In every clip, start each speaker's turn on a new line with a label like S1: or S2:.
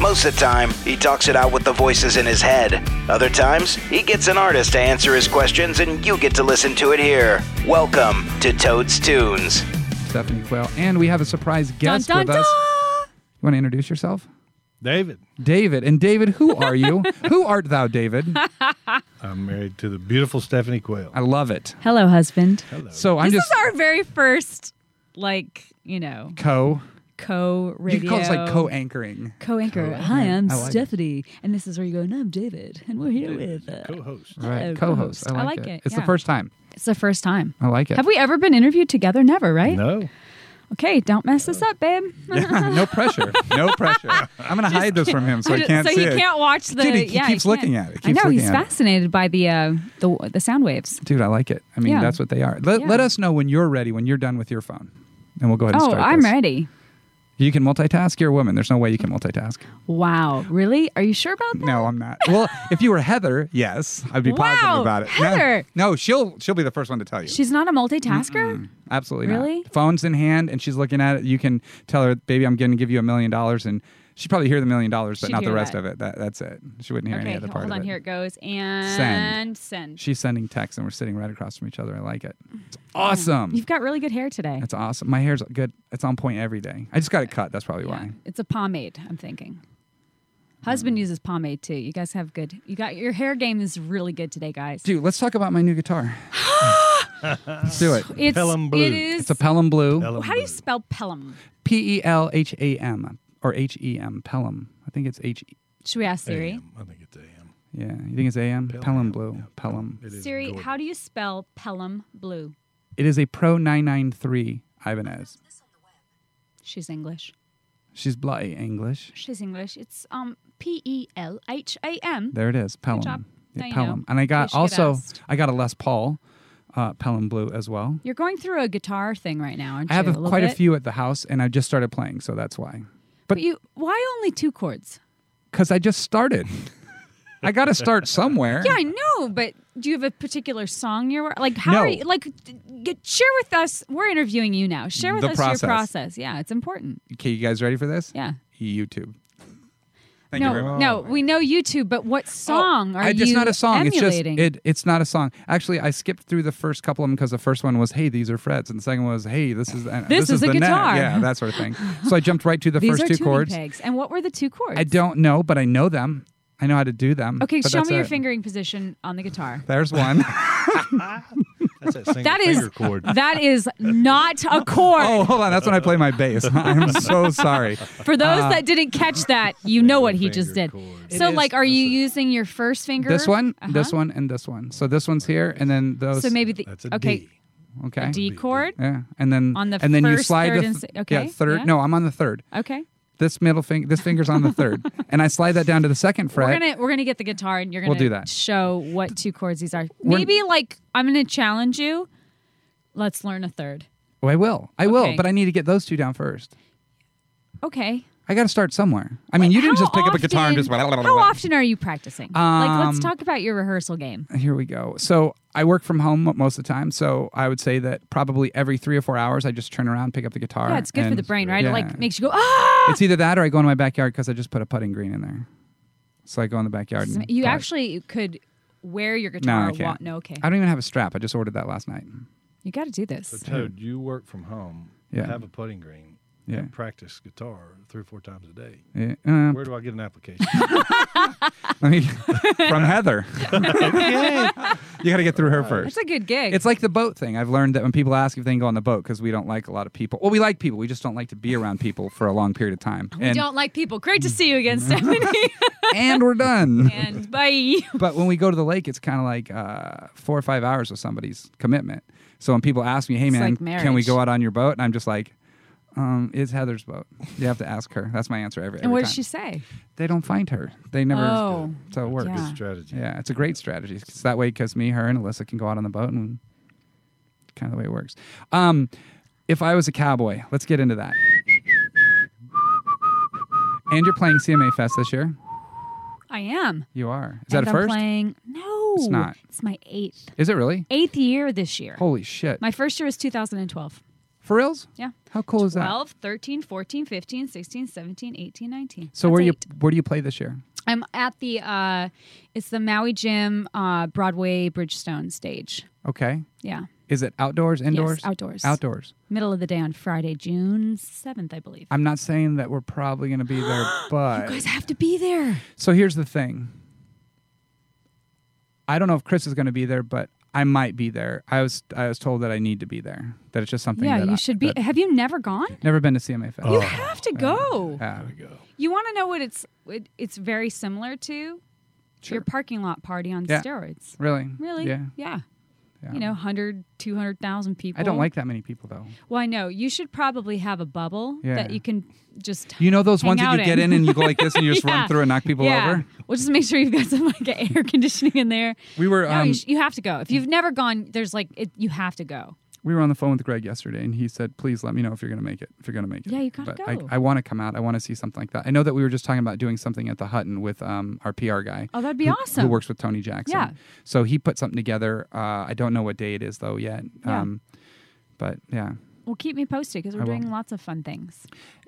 S1: Most of the time, he talks it out with the voices in his head. Other times, he gets an artist to answer his questions and you get to listen to it here. Welcome to Toad's Tunes.
S2: Stephanie Quayle. And we have a surprise guest
S3: dun,
S2: with us. You want to introduce yourself?
S4: David,
S2: David. And David, who are you? who art thou, David?
S4: I'm married to the beautiful Stephanie Quayle.
S2: I love it.
S3: Hello, husband.
S2: So I'm
S3: this
S2: just
S3: is our very first, like, you know,
S2: co.
S3: co
S2: You
S3: radio.
S2: could call us like co anchoring.
S3: anchor. Hi, I'm
S2: I like it.
S3: Stephanie. And this is where you go, and I'm David. And we're here with. Uh,
S4: Co-host.
S2: Right.
S3: Oh,
S2: Co host.
S3: co-host. I like it,
S2: It's the
S3: yeah.
S2: first time.
S3: it's the first time.
S2: I like it.
S3: Have we ever been interviewed together? Never, right?
S4: No,
S3: Okay, don't mess this up, babe.
S2: no pressure. No pressure. I'm going to hide this from him so he can't
S3: so
S2: see
S3: he
S2: it.
S3: can't watch the.
S2: Dude, he
S3: yeah,
S2: keeps looking
S3: can't.
S2: at it.
S3: I
S2: Keeps
S3: know
S2: looking
S3: he's
S2: at it.
S3: fascinated by the uh, the the sound waves.
S2: Dude, I like it. I mean,
S3: Yeah.
S2: that's what they are. Let,
S3: Yeah.
S2: let us know when you're ready, when you're done with your phone. And we'll go ahead and
S3: Oh,
S2: start.
S3: I'm
S2: this.
S3: ready.
S2: You can multitask. You're a woman. There's no way you can multitask.
S3: Wow, really? Are you sure about that?
S2: No, I'm not. Well, if you were Heather, yes, I'd be positive
S3: Wow,
S2: about it. No-
S3: Heather.
S2: No, she'll she'll be the first one to tell you.
S3: She's not a multitasker.
S2: Absolutely not.
S3: Really?
S2: Phone's in hand, and she's looking at it. You can tell her, "Baby, I'm going to give you a million dollars," and she'd probably hear the million dollars, but
S3: She'd
S2: not the
S3: hear
S2: rest
S3: that.
S2: of it. That, that's it. She wouldn't hear any
S3: Okay,
S2: other part
S3: hold
S2: of
S3: on.
S2: it.
S3: Here it goes and send.
S2: She's sending texts, and we're sitting right across from each other. I like it. It's awesome.
S3: Mm. Oh, You've got really good hair today.
S2: That's awesome. My hair's good. It's on point every day. I just got it cut. That's probably why. Mm.
S3: It's a pomade, I'm thinking. Husband uses pomade too. You guys have good. You got your hair game is really good today, guys.
S2: Dude, let's talk about my new guitar. let's do it.
S3: it's
S4: Pelham blue.
S3: it is.
S2: It's a Pelham Blue.
S3: how do you spell Pelham?
S2: P E L H A M or H E M Pelham. I think it's H. E,
S3: Should we ask Siri?
S4: AM. I think it's AM.
S2: Yeah, you think it's A M? Pelham Blue. Pelham.
S4: It is
S3: Siri,
S4: gorgeous.
S3: how do you spell Pelham blue?
S2: It is a Pro 993 Ibanez.
S3: She's English.
S2: She's bloody English.
S3: She's English. It's um P E L H A M.
S2: There it is, Pelham.
S3: job.
S2: Yeah,
S3: Now you
S2: Pelham.
S3: know.
S2: And I
S3: You
S2: got
S3: should get
S2: also
S3: asked.
S2: I got a Les Paul uh, Pelham Blue as well.
S3: You're going through a guitar thing right now, aren't
S2: I have
S3: you?
S2: a,
S3: little
S2: quite a
S3: bit?
S2: few at the house, and I just started playing, so that's why.
S3: But you, why only two chords?
S2: Because I just started. I got to start somewhere.
S3: Yeah, I know, but do you have a particular song you're like? How are
S2: No.
S3: you like? Get, share with us. We're interviewing you now. Share with
S2: The
S3: us
S2: process.
S3: your process. Yeah, it's important.
S2: Okay, you guys ready for this?
S3: Yeah.
S2: YouTube. Thank
S3: no,
S2: you very much. Oh,
S3: no, we know you two, but what song are
S2: I, it's
S3: you
S2: not a song.
S3: emulating?
S2: It's just it. It's not a song. Actually, I skipped through the first couple of them because the first one was "Hey, these are frets," and the second one was "Hey, this is and
S3: This is
S2: the
S3: a
S2: neck."
S3: guitar.
S2: Yeah, that sort of thing. So I jumped right to the
S3: These
S2: first
S3: are
S2: two
S3: tuning
S2: chords.
S3: pegs. And what were the two chords?
S2: I don't know, but I know them. I know how to do them.
S3: Okay,
S2: but
S3: show
S2: that's
S3: me your
S2: it.
S3: fingering position on the guitar.
S2: There's one.
S4: That's that single
S3: That is
S4: finger chord.
S3: that is not a chord.
S2: oh, hold on. That's when I play my bass. I'm so sorry.
S3: For those
S2: uh,
S3: that didn't catch that, you know what he just
S4: finger
S3: did.
S4: chord.
S3: So,
S4: It
S3: like,
S4: is-
S3: are you using your first finger?
S2: This one, this
S3: Uh-huh.
S2: one, and this one. So this one's here, and then those.
S3: So maybe the
S4: That's a
S3: okay
S4: D.
S2: okay.
S3: D chord.
S2: Yeah, and then
S3: On the
S2: and then you
S3: first,
S2: slide
S3: third,
S2: the
S3: and
S2: th-
S3: si- okay,
S2: yeah, third.
S3: yeah.
S2: No, I'm on the third.
S3: Okay.
S2: This middle finger, this finger's on the third, and I slide that down to the second fret.
S3: We're gonna we're gonna get the guitar and you're gonna
S2: We'll do that.
S3: show what two chords these are.
S2: We're-
S3: Maybe like I'm gonna challenge you. Let's learn a third.
S2: Oh, I will, I will,
S3: Okay.
S2: but I need to get those two down first.
S3: Okay.
S2: I got to start somewhere. I mean, you didn't
S3: How
S2: just pick up a guitar and
S3: often-
S2: just.
S3: How often are you practicing? like
S2: Um,
S3: let's talk about your rehearsal game.
S2: Here we go. So I work from home mo- most of the time, so I would say that probably every three or four hours, I just turn around, pick up the guitar.
S3: Yeah, it's good for
S2: and-
S3: the brain, right?
S2: yeah.
S3: It like makes you go, ah
S2: It's either that or I go in my backyard because I just put a putting green in there. So I go in the backyard. And
S3: you
S2: putt.
S3: actually could wear your
S2: no,
S3: guitar
S2: I can't.
S3: no okay.
S2: I don't even have a strap. I just ordered that last night.
S3: You gotta do this.
S4: Toad, you work from home.
S2: Yeah.
S4: Have a putting green.
S2: Yeah.
S4: And practice guitar three or four times a day.
S2: Yeah, uh,
S4: Where do I get an application?
S2: I mean, from Heather. you got to get through her first.
S3: That's a good gig.
S2: It's like the boat thing. I've learned that when people ask if they can go on the boat because we don't like a lot of people. Well, we like people. We just don't like to be around people for a long period of time.
S3: we
S2: and,
S3: don't like people. Great to see you again, Stephanie.
S2: and we're done.
S3: and bye.
S2: But when we go to the lake, it's kind of like uh, four or five hours of somebody's commitment. So when people ask me, "Hey
S3: It's
S2: man,
S3: like marriage.
S2: can we go out on your boat?" and I'm just like, um, "It's Heather's boat. You have to ask her." That's my answer every, every
S3: And what
S2: time.
S3: did she say?
S2: They don't find her. They never.
S3: Oh.
S2: so it works.
S3: Yeah.
S2: Yeah.
S4: Strategy.
S2: it's a great strategy. It's that way because me, her, and Alyssa can go out on the boat, and kind of the way it works. Um, if I was a cowboy, let's get into that. And you're playing CMA Fest this year.
S3: I am.
S2: You are. Is that
S3: and
S2: a
S3: I'm
S2: first?
S3: playing No.
S2: It's not.
S3: It's my eighth.
S2: Is it really?
S3: Eighth year this year.
S2: Holy shit!
S3: My first year was 2012.
S2: For reals?
S3: Yeah.
S2: How cool is that?
S3: 12, 13, 14, 15, 16, 17, 18, 19.
S2: So
S3: That's
S2: where
S3: eight.
S2: you where do you play this year?
S3: I'm at the uh it's the Maui Gym uh Broadway Bridgestone stage.
S2: Okay.
S3: Yeah.
S2: Is it outdoors, indoors?
S3: outdoors.
S2: Outdoors.
S3: Middle of the day on Friday, June 7th, I believe.
S2: I'm not saying that we're probably going to be there, but
S3: you guys have to be there.
S2: so here's the thing. I don't know if Chris is going to be there, but I might be there. I was I was told that I need to be there. That it's just something.
S3: Yeah,
S2: that
S3: you
S2: I-
S3: should be.
S2: that- Oh.
S3: Have you never gone?
S2: never been to CMA Fest.
S3: You have to go.
S2: Yeah.
S4: There you go.
S3: You want to know what it's it, it's very similar to your parking lot party on
S2: Yeah.
S3: steroids.
S2: Really?
S3: Really?
S2: Yeah.
S3: Yeah.
S2: Yeah.
S3: You know, 100, 200,000 people.
S2: I don't like that many people though.
S3: Well, I know. You should probably have a bubble
S2: Yeah.
S3: that you can just
S2: You know those
S3: Hang
S2: ones that
S3: out
S2: you get in
S3: in.
S2: and you go like this and you just
S3: Yeah.
S2: run through and knock people
S3: yeah.
S2: over?
S3: Well, just make sure you've got some like air conditioning in there.
S2: We were
S3: no,
S2: um,
S3: you, sh- you have to go. If you've never gone, there's like it, you have to go.
S2: we were on the phone with Greg yesterday, and he said, "Please let me know if you're going to make it. If you're going to make it,
S3: Yeah, you gotta
S2: but I,
S3: go.
S2: I want to come out. I want to see something like that. I know that we were just talking about doing something at the Hutton with um, our PR guy.
S3: Oh, that'd be
S2: who-
S3: awesome.
S2: Who works with Tony Jackson?
S3: Yeah.
S2: So he put something together. Uh, I don't know what day it is though yet.
S3: Yeah.
S2: Um, but yeah,
S3: Well, keep me posted because we're
S2: I will.
S3: doing lots of fun things.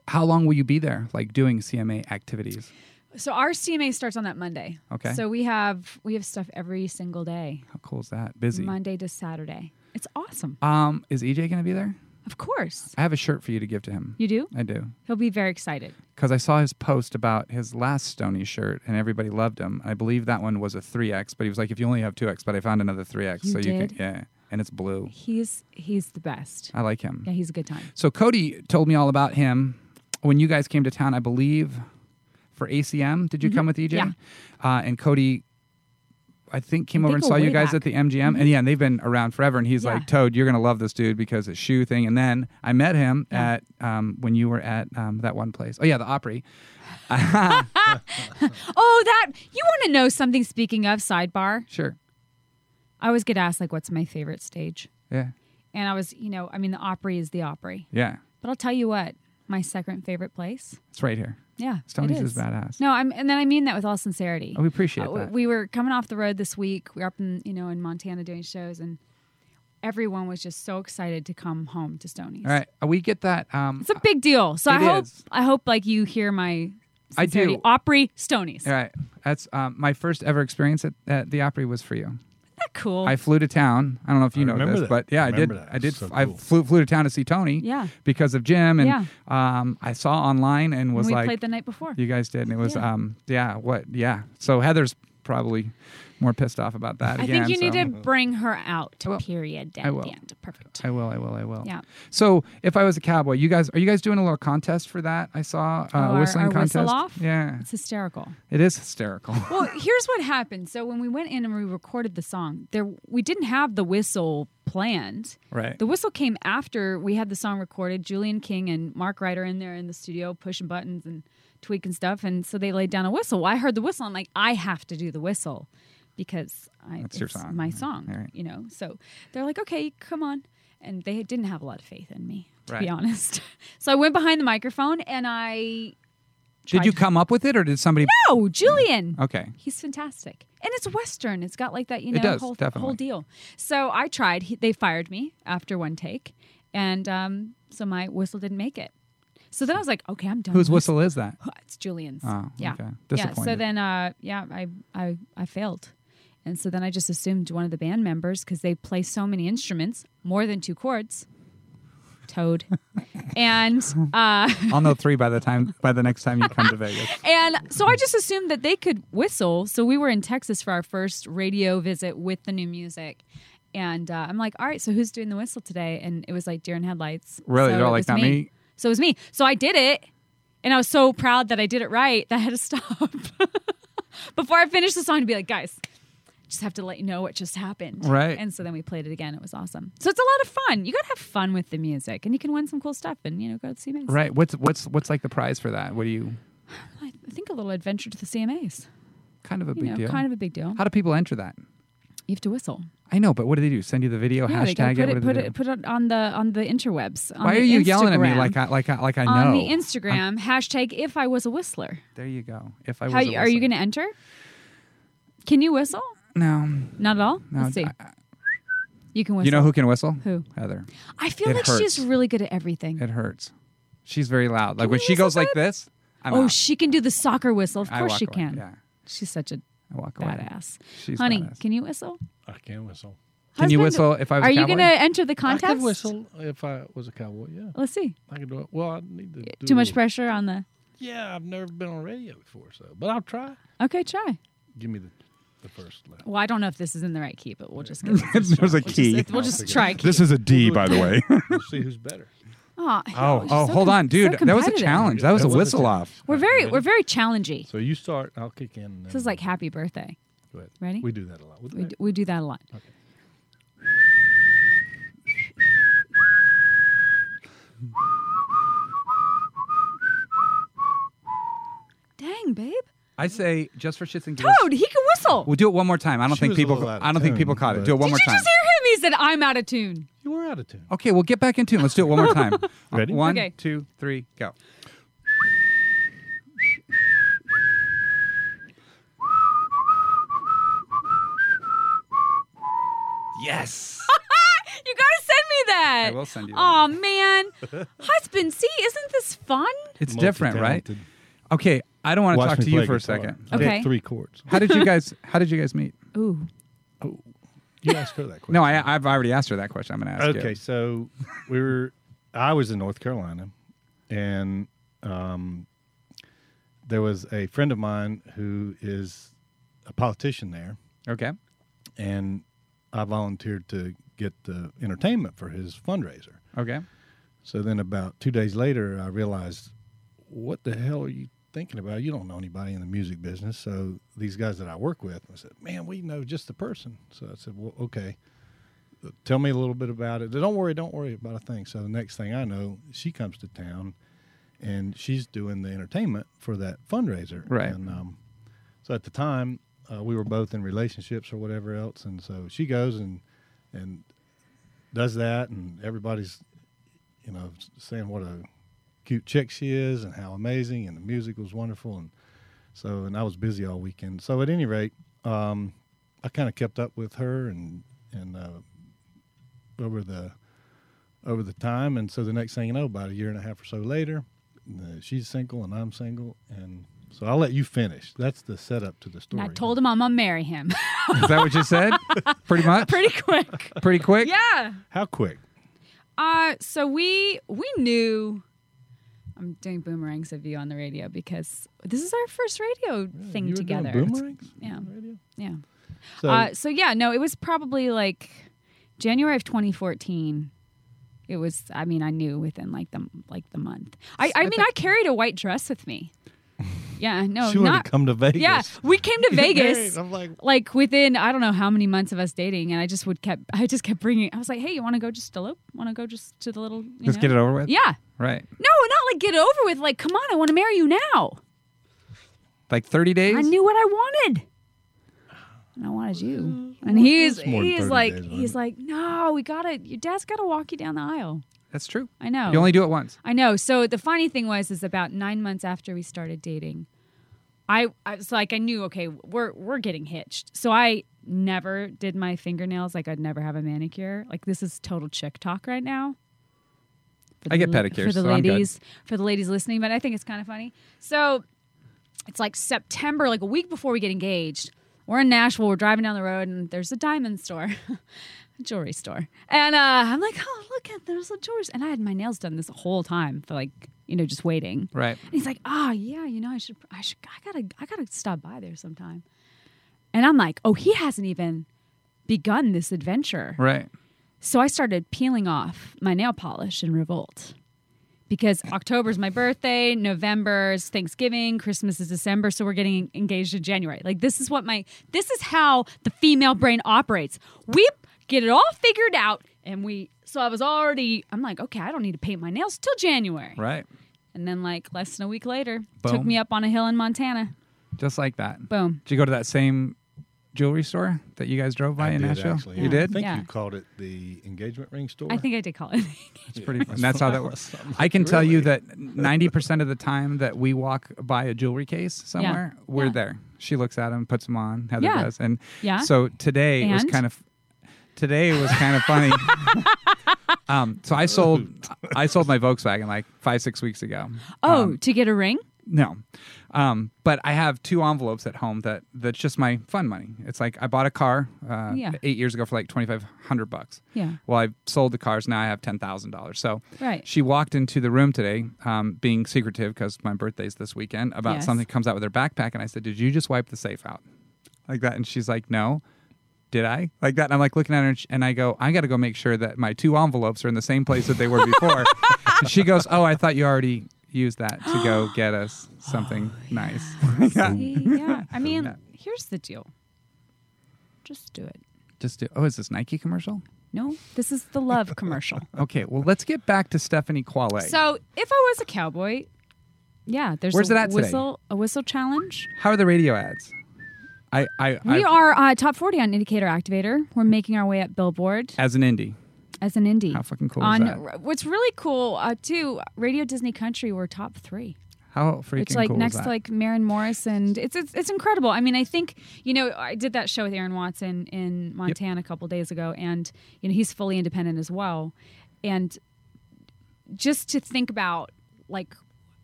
S2: how long will you be there? Like doing CMA activities?
S3: So our CMA starts on that Monday.
S2: Okay.
S3: So we have we have stuff every single day,
S2: How cool is that? Busy.
S3: Monday to Saturday. It's awesome.
S2: um, is EJ going to be there?
S3: Of course,
S2: I have a shirt for you to give to him.
S3: you do.
S2: I do.
S3: He'll be very excited.
S2: because I saw his post about his last Stony shirt and everybody loved him. I believe that one was a 3X, but he was like, if you only have 2X, but I found another 3X.
S3: You
S2: so you can,
S3: did?
S2: yeah. And it's blue.
S3: He's he's the best.
S2: I like him.
S3: Yeah, he's a good time.
S2: So Cody told me all about him when you guys came to town, I believe, for ACM. Did you come with EJ?
S3: Mm-hmm. Yeah.
S2: Uh, and Cody. I think came
S3: They
S2: over and
S3: go
S2: saw you
S3: way
S2: guys
S3: back. Mm-hmm.
S2: at the MGM, and yeah, and they've been around forever. And he's
S3: Yeah.
S2: like, "Toad, you're gonna love this dude because his shoe thing." And then I met him
S3: Yeah.
S2: at um, when you were at um, that one place. Oh yeah, the Opry.
S3: Oh, that you want to know something? Speaking of sidebar,
S2: Sure.
S3: I always get asked like, "What's my favorite stage?"
S2: Yeah.
S3: And I was, you know, I mean, the Opry is the Opry.
S2: Yeah.
S3: But I'll tell you what, my second favorite place.
S2: It's right here.
S3: Yeah, it
S2: Stoney's is
S3: is.
S2: badass.
S3: No, I'm, and then I mean that with all sincerity.
S2: Oh, we appreciate
S3: Uh,
S2: that.
S3: We were coming off the road this week. We were up in you know in Montana doing shows, and everyone was just so excited to come home to Stoney's.
S2: All right. Uh, We get that. Um,
S3: it's a big deal. So I
S2: It
S3: hope
S2: is.
S3: I hope like you hear my.
S2: I do.
S3: Sincerity. Opry Stoney's.
S2: all right. That's um, my first ever experience at, at the Opry was for you.
S3: Isn't that cool?
S2: I flew to town. I don't know if you
S4: I
S2: know
S4: remember
S2: this,
S4: that.
S2: but yeah, I, did.
S4: Remember that.
S2: I did.
S4: So
S2: I
S4: cool.
S2: flew flew to town to see Tony.
S3: Yeah.
S2: Because of Jim, and
S3: Yeah.
S2: um, I saw online and
S3: And
S2: was
S3: we
S2: like,
S3: played the night before.
S2: you guys did, and it was
S3: Yeah.
S2: um, yeah, what, yeah. So Heather's probably more pissed off about that.
S3: I
S2: again,
S3: think you need
S2: so-
S3: to bring her out.
S2: I will.
S3: Period.
S2: I will.
S3: At the end. Perfect.
S2: I will. I will. I will.
S3: Yeah.
S2: So if I was a cowboy, you guys are you guys doing a little contest for that? I saw uh,
S3: Oh,
S2: a
S3: our-
S2: whistling
S3: our
S2: contest.
S3: whistle off?
S2: Yeah,
S3: It's hysterical.
S2: it is hysterical.
S3: Well, here's what happened. So when we went in and we recorded the song, there we didn't have the whistle planned.
S2: Right.
S3: The whistle came after we had the song recorded. Julian King and Mark Ryder in there in the studio pushing buttons and tweaking stuff, and so they laid down a whistle. Well, I heard the whistle. I'm like, I have to do the whistle because I,
S2: That's
S3: it's
S2: your song.
S3: my
S2: Right.
S3: song.
S2: All right.
S3: You know. So they're like, okay, come on. And they didn't have a lot of faith in me, to
S2: Right.
S3: be honest. So I went behind the microphone and I.
S2: did
S3: tried
S2: you
S3: to-
S2: come up with it, or did somebody?
S3: Oh, Julian.
S2: Okay.
S3: He's fantastic. And it's Western. It's got like that, you
S2: It
S3: know,
S2: does,
S3: whole,
S2: definitely.
S3: whole deal. So I tried. He, they fired me after one take. And um, so my whistle didn't make it. So then I was like, okay, I'm done.
S2: Whose
S3: with
S2: whistle is that?
S3: this. It's Julian's.
S2: Oh,
S3: yeah.
S2: okay.
S3: Yeah. So
S2: Disappointed.
S3: then, uh, yeah, I, I, I failed. And so then I just assumed one of the band members, because they play so many instruments, more than two chords, Toad. and uh,
S2: I'll know three by the time by the next time you come to Vegas.
S3: And so I just assumed that they could whistle. So we were in Texas for our first radio visit with the new music. And uh, I'm like, all right, so who's doing the whistle today? And it was like Deer in Headlights.
S2: Really?
S3: So
S2: They're all
S3: it
S2: like,
S3: was
S2: "Not me."
S3: So it was me. So I did it. And I was so proud that I did it right that I had to stop before I finished the song to be like, guys, just have to let you know what just happened.
S2: Right.
S3: And so then we played it again. It was awesome. So it's a lot of fun. You got to have fun with the music and you can win some cool stuff and, you know, go to the CMAs.
S2: Right. What's what's what's like the prize for that? What do you?
S3: I think a little adventure to the CMAs.
S2: Kind of a
S3: You
S2: big
S3: know,
S2: deal.
S3: kind of a big deal.
S2: How do people enter that?
S3: You have to whistle.
S2: I know, but what do they do? Send you the video,
S3: Yeah, they gotta
S2: hashtag
S3: put
S2: it. what
S3: it,
S2: do
S3: put
S2: they do?
S3: it, put it on the on the interwebs. on
S2: Why
S3: the
S2: are you yelling at me
S3: Instagram.
S2: like I like I like I know?
S3: on the Instagram hashtag If I was a whistler,
S2: There you go. If I was
S3: how
S2: a
S3: you- are
S2: whistle.
S3: you going to enter? Can you whistle?
S2: No,
S3: Not at all.
S2: no.
S3: Let's see.
S2: I- I-
S3: You can whistle.
S2: You know who can whistle?
S3: Who?
S2: Heather.
S3: I feel
S2: It
S3: like
S2: hurts.
S3: she's really good at everything.
S2: It hurts. She's very loud. Like
S3: Can
S2: when
S3: you
S2: she goes
S3: whistle
S2: like this, I'm
S3: oh,
S2: out.
S3: she can do the soccer whistle. Of
S2: I
S3: course
S2: walk
S3: she
S2: away.
S3: can.
S2: Yeah,
S3: She's such a
S2: I walk away.
S3: badass.
S2: She's
S3: Honey,
S2: badass.
S3: can you whistle?
S4: I can whistle.
S2: Can you
S3: Husband,
S2: whistle if I was
S3: Are
S2: a
S3: you
S2: cowboy?
S3: gonna enter the contest?
S4: I could whistle if I was a cowboy. Yeah,
S3: Let's see.
S4: I could do it. Well, I need to. Do
S3: Too
S4: a-
S3: much pressure on the.
S4: Yeah, I've never been on radio before, so but I'll try.
S3: Okay, try.
S4: Give me the, the first lap.
S3: Well, I don't know if this is in the right key, but we'll just. Get
S5: There's a
S3: we'll
S5: key.
S3: Just, we'll just try. Key.
S5: This is a D, by the way.
S4: We'll see who's better.
S3: Aw,
S2: Oh,
S3: you're
S2: oh,
S3: so
S2: hold
S3: com-
S2: on,
S3: so
S2: dude. that was a
S3: competitive.
S2: challenge. That was a
S4: That was a
S2: whistle
S4: challenge.
S2: off.
S3: We're very
S4: Ready?
S3: we're very challenging.
S4: So you start. I'll kick in. and
S3: This is
S4: then-
S3: like happy birthday.
S4: Go ahead.
S3: ready?
S4: We do that a lot. With
S3: We do, we do that a lot. Dang, babe.
S2: I say just for shits and giggles.
S3: Toad, he can whistle.
S2: We'll do it one more time. I don't
S4: She
S2: think
S4: was a
S2: people.
S4: little out of
S2: I don't think
S4: tune,
S2: people caught it.
S4: but-
S2: Do it one
S3: Did
S2: more
S3: you
S2: time.
S3: just hear him? He said, "I'm out of tune."
S4: You were out of tune.
S2: Okay, well, get back in tune. Let's do it one more time.
S4: Ready?
S2: One,
S3: Okay.
S2: two, three, go. Yes.
S3: You gotta send me that.
S2: I will send you that.
S3: Oh man, husband, see, isn't this fun?
S2: It's different, right?
S4: Multi-talented.
S2: Okay, I don't want to
S4: Watch
S2: talk
S4: me
S2: to you
S4: play
S2: for a
S4: guitar.
S2: second.
S4: I did
S3: Okay.
S4: Three chords.
S2: How did you guys? How did you guys meet?
S3: Ooh,
S4: You asked her that question.
S2: No, I, I've already asked her that question. I'm going to ask
S4: Okay,
S2: you.
S4: so we were. I was in North Carolina, and um, there was a friend of mine who is a politician there,
S2: Okay.
S4: and I volunteered to get the entertainment for his fundraiser.
S2: Okay.
S4: So then, about two days later, I realized, what the hell are you thinking about? You don't know anybody in the music business. So these guys that I work with, I said, man, we know just the person. So I said, well, okay, tell me a little bit about it. Don't worry, don't worry about a thing. So the next thing I know, she comes to town, and she's doing the entertainment for that fundraiser.
S2: Right.
S4: And um, so at the time, uh, we were both in relationships or whatever else, and so she goes and and does that, and everybody's you know, s- saying what a cute chick she is and how amazing, and the music was wonderful, and so and I was busy all weekend. So at any rate, um, I kind of kept up with her and and uh, over the over the time, and so the next thing you know, about a year and a half or so later, uh, she's single and I'm single, and so I'll let you finish. That's the setup to the
S3: and
S4: story.
S3: I told him I'm gonna marry him
S2: Is that what you said? Pretty much.
S3: pretty quick.
S2: Pretty quick.
S3: yeah.
S4: how quick.
S3: Uh, so we we knew. I'm doing boomerangs of you on the radio because this is our first radio thing
S4: you were
S3: together.
S4: Doing boomerangs.
S3: Yeah.
S4: Radio?
S3: Yeah.
S4: So
S3: uh, so yeah, no, it was probably like January of 2014. It was. I mean, I knew within like the like the month. I, I mean, I carried a white dress with me. Yeah. No.
S4: she wanted
S3: not.
S4: to come to Vegas.
S3: yeah, we came to
S4: Get married.
S3: Vegas.
S4: I'm like,
S3: like within I don't know how many months of us dating, and I just would kept I just kept bringing. I was like, hey, you want to go just elope? Want to go just to the little? You
S2: Just
S3: know?
S2: get it over with.
S3: Yeah.
S2: Right.
S3: No, not like get it over with. Like, come on, I want to marry you now.
S2: Like 30 days.
S3: I knew what I wanted. And I wanted you. And he's
S4: more than
S3: he's
S4: 30
S3: like
S4: days, wasn't
S3: he's
S4: it?
S3: like, No, we gotta your dad's gotta walk you down the aisle.
S2: That's true.
S3: I know.
S2: You only do it once.
S3: I know. So the funny thing was is about nine months after we started dating, I, I was like I knew, okay, we're we're getting hitched. So I never did my fingernails, like I'd never have a manicure. Like this is total chick talk right now. For
S2: I
S3: the
S2: get
S3: la-
S2: pedicures,
S3: for the
S2: so I'm good.
S3: ladies for the ladies listening, but I think it's kind of funny. So it's like September, like a week before we get engaged. We're in Nashville. We're driving down the road, and there's a diamond store, a jewelry store, and uh, I'm like, "Oh, look at there's a jewelry." store." And I had my nails done this whole time for like, you know, just waiting.
S2: Right.
S3: And he's like, "Oh yeah, you know, I should, I should, I gotta, I gotta stop by there sometime." And I'm like, "Oh, he hasn't even begun this adventure."
S2: Right.
S3: So I started peeling off my nail polish in revolt because October's my birthday, November's Thanksgiving, Christmas is December, so we're getting engaged in January. Like this is what my this is how the female brain operates. We get it all figured out and we so I was already I'm like, okay, I don't need to paint my nails till January.
S2: Right.
S3: And then like less than a week later, took
S2: Boom.
S3: me up on a hill in Montana.
S2: Just like that.
S3: Boom.
S2: Did you go to that same jewelry store that you guys drove by
S4: I
S2: in
S4: did,
S2: Nashville?
S4: actually.
S2: You
S4: Yeah. I
S2: did.
S4: think
S3: Yeah.
S4: you called it the engagement ring store.
S3: I think I did call it.
S2: It's pretty. and that's how that works. I can tell you that ninety percent of the time that we walk by a jewelry case somewhere, we're
S3: Yeah.
S2: there. She looks at them, puts them on. Heather
S3: Yeah.
S2: does, and
S3: Yeah.
S2: so today it was
S3: And?
S2: kind of. today was kind of funny. um, so I sold I sold my Volkswagen like five six weeks ago.
S3: Oh, to get a ring?
S2: No, um, but I have two envelopes at home that that's just my fun money. It's like I bought a car uh,
S3: Yeah.
S2: eight years ago for like twenty five hundred bucks.
S3: Yeah.
S2: Well, I sold the cars. Now I have ten thousand dollars. So
S3: Right.
S2: she walked into the room today, um, being secretive because my birthday's this weekend. About
S3: Yes.
S2: something that comes out with her backpack, and I said, "Did you just wipe the safe out?" Like that, and she's like, "No." Did I like that? And I'm like looking at her, and, sh- and I go, "I got to go make sure that my two envelopes are in the same place that they were before." and she goes, "Oh, I thought you already used that to go get us something nice."
S3: See, Oh, yeah. I mean,
S2: that-
S3: here's the deal. Just do it.
S2: Just do. Oh, is this Nike commercial?
S3: No, this is the love commercial.
S2: Okay, well, let's get back to Stephanie Quale.
S3: So if I was a cowboy, yeah, there's
S2: Where's
S3: a
S2: it at today?
S3: whistle a whistle challenge.
S2: How are the radio ads? I, I,
S3: We
S2: I
S3: are uh, top 40 on Indicator Activator. We're making our way up Billboard
S2: as an indie.
S3: as an indie.
S2: How fucking cool is
S3: on
S2: that?
S3: r- what's really cool uh, too, Radio Disney Country we're top 3.
S2: How freaking
S3: It's like
S2: cool
S3: next
S2: is
S3: to
S2: that?
S3: like Marin Morris and it's, it's it's incredible. I mean, I think you know I did that show with Aaron Watson in Montana a couple days ago, and you know he's fully independent as well. And just to think about like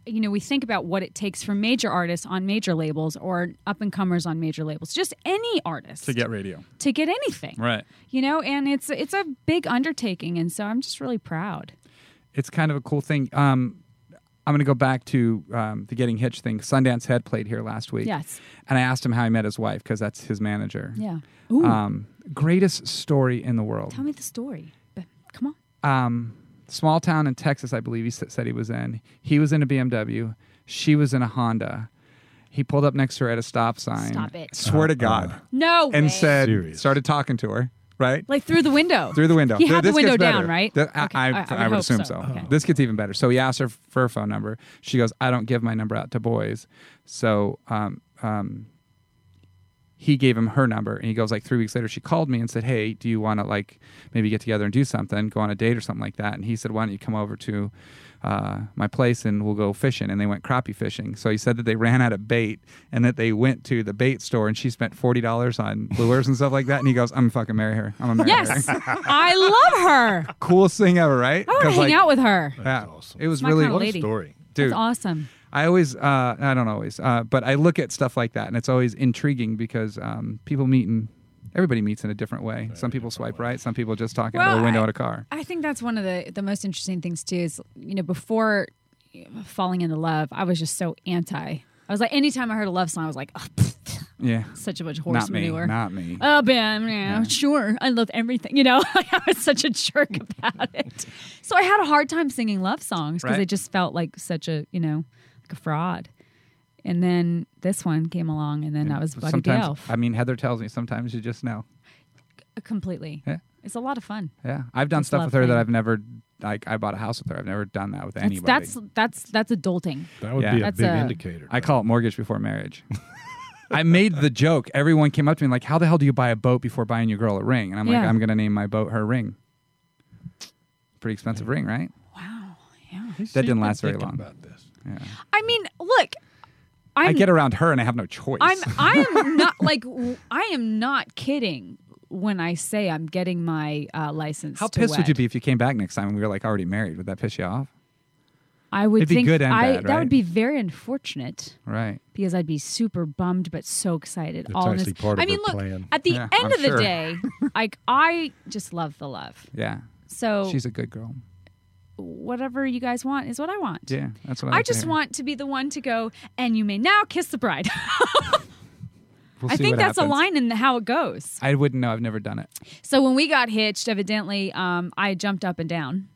S3: you know we think about what it takes for major artists on major labels or up and comers on major labels, just any artist
S2: to get radio.
S3: to get anything,
S2: Right.
S3: you know. And it's it's a big undertaking, and so I'm just really proud.
S2: It's kind of a cool thing. Um, I'm going to go back to um, the Getting Hitch thing. Sundance Head played here last week.
S3: Yes.
S2: And I asked him how he met his wife because that's his manager.
S3: Yeah. Ooh,
S2: Um, greatest story in the world.
S3: tell me the story. But come on.
S2: um, small town in Texas, I believe he s- said he was in. He was in a BMW. She was in a Honda. He pulled up next to her at a stop sign. Uh-huh.
S3: Stop it.
S2: Swear to God.
S3: No way.
S2: and said,
S4: Serious.
S2: started talking to her, right?
S3: Like through the window.
S2: Through the window.
S3: He
S2: Th-
S3: had the
S2: this gets
S3: window down,
S2: better.
S3: right?
S2: Th- I,
S3: Okay.
S2: I, I would
S3: hope
S2: assume so.
S3: Okay.
S2: This gets even better. So he asked her f- for her phone number. She goes, I don't give my number out to boys. So um, um, he gave him her number. And he goes, like, three weeks later, she called me and said, Hey, do you want to, like, maybe get together and do something, go on a date or something like that? And he said, Why don't you come over to uh, my place and we'll go fishing? And they went crappie fishing. So he said that they ran out of bait and that they went to the bait store and she spent $40 on lures and stuff like that. And he goes, I'm going to fucking marry her. I'm going to marry her
S3: Yes. I love her.
S2: coolest thing ever, right?
S3: I want to
S2: 'Cause,
S3: hang
S2: like,
S3: out with her.
S2: yeah,
S4: That's awesome.
S2: It was
S3: my
S2: really
S3: kind of
S4: What a
S3: lady.
S4: story.
S2: dude.
S3: That's awesome.
S2: I always, uh, I don't always, uh, but I look at stuff like that, and it's always intriguing because um, people meet in, everybody meets in a different way. Some people swipe right, some people just talk out of a
S3: Well,
S2: window
S3: I-
S2: at a car.
S3: I think that's one of the the most interesting things too is you know before falling into love, I was just so anti. I was like, anytime I heard a love song, I was like, oh, pfft,
S2: Yeah,
S3: such a bunch of horse
S2: not me,
S3: manure.
S2: not me.
S3: Oh, man, yeah, sure. I love everything. You know, I was such a jerk about it. So I had a hard time singing love songs because
S2: Right.
S3: I just felt like such a, you know, like a fraud. And then this one came along, and then that was Buddy the
S2: sometimes,
S3: Elf.
S2: I mean, Heather tells me sometimes you just know.
S3: Completely.
S2: Yeah.
S3: It's a lot of fun.
S2: Yeah, I've done
S3: Just
S2: stuff
S3: love
S2: with her that
S3: thing.
S2: I've never, like, I bought a house with her. I've never done that with anybody.
S3: That's, that's, that's adulting.
S4: That would
S2: Yeah.
S4: be a
S3: That's
S4: big
S3: a-
S4: indicator.
S2: I call it mortgage before marriage. I made the joke. Everyone came up to me like, "How the hell do you buy a boat before buying your girl a ring?" And I'm like,
S3: Yeah.
S2: "I'm gonna name my boat her ring." Pretty expensive ring, right?
S3: Wow. Yeah.
S4: He's-
S2: that
S4: he's
S2: didn't
S4: been
S2: last very
S4: thinking
S2: long.
S4: About this.
S3: I mean, look,
S2: i
S3: I'm,
S2: get around her and I have no choice.
S3: I'm I am not like w- I am not kidding when I say I'm getting my uh, license.
S2: How
S3: to
S2: pissed would you
S3: wed.
S2: be if you came back next time and we were like already married? Would that piss you off?
S3: I would
S2: It'd be
S3: think
S2: good and
S3: I,
S2: bad,
S3: that
S2: right?
S3: would be very unfortunate
S2: Right.
S3: because I'd be super bummed but so excited.
S4: That's
S3: all in
S4: actually
S3: this.
S4: part of
S3: I mean,
S4: her
S3: look
S4: plan.
S3: at the
S2: Yeah,
S3: end
S2: I'm
S3: of the
S2: sure.
S3: day, like I just love the love.
S2: Yeah.
S3: So
S2: She's a good girl.
S3: whatever you guys want is what I want.
S2: Yeah, that's what I.
S3: I
S2: like to
S3: just
S2: hear.
S3: want to be the one to go, and you may now kiss the bride.
S2: We'll
S3: I
S2: see
S3: think
S2: what
S3: that's a
S2: happens.
S3: line in how it goes.
S2: I wouldn't know. I've never done it.
S3: So when we got hitched, evidently, um, I jumped up and down,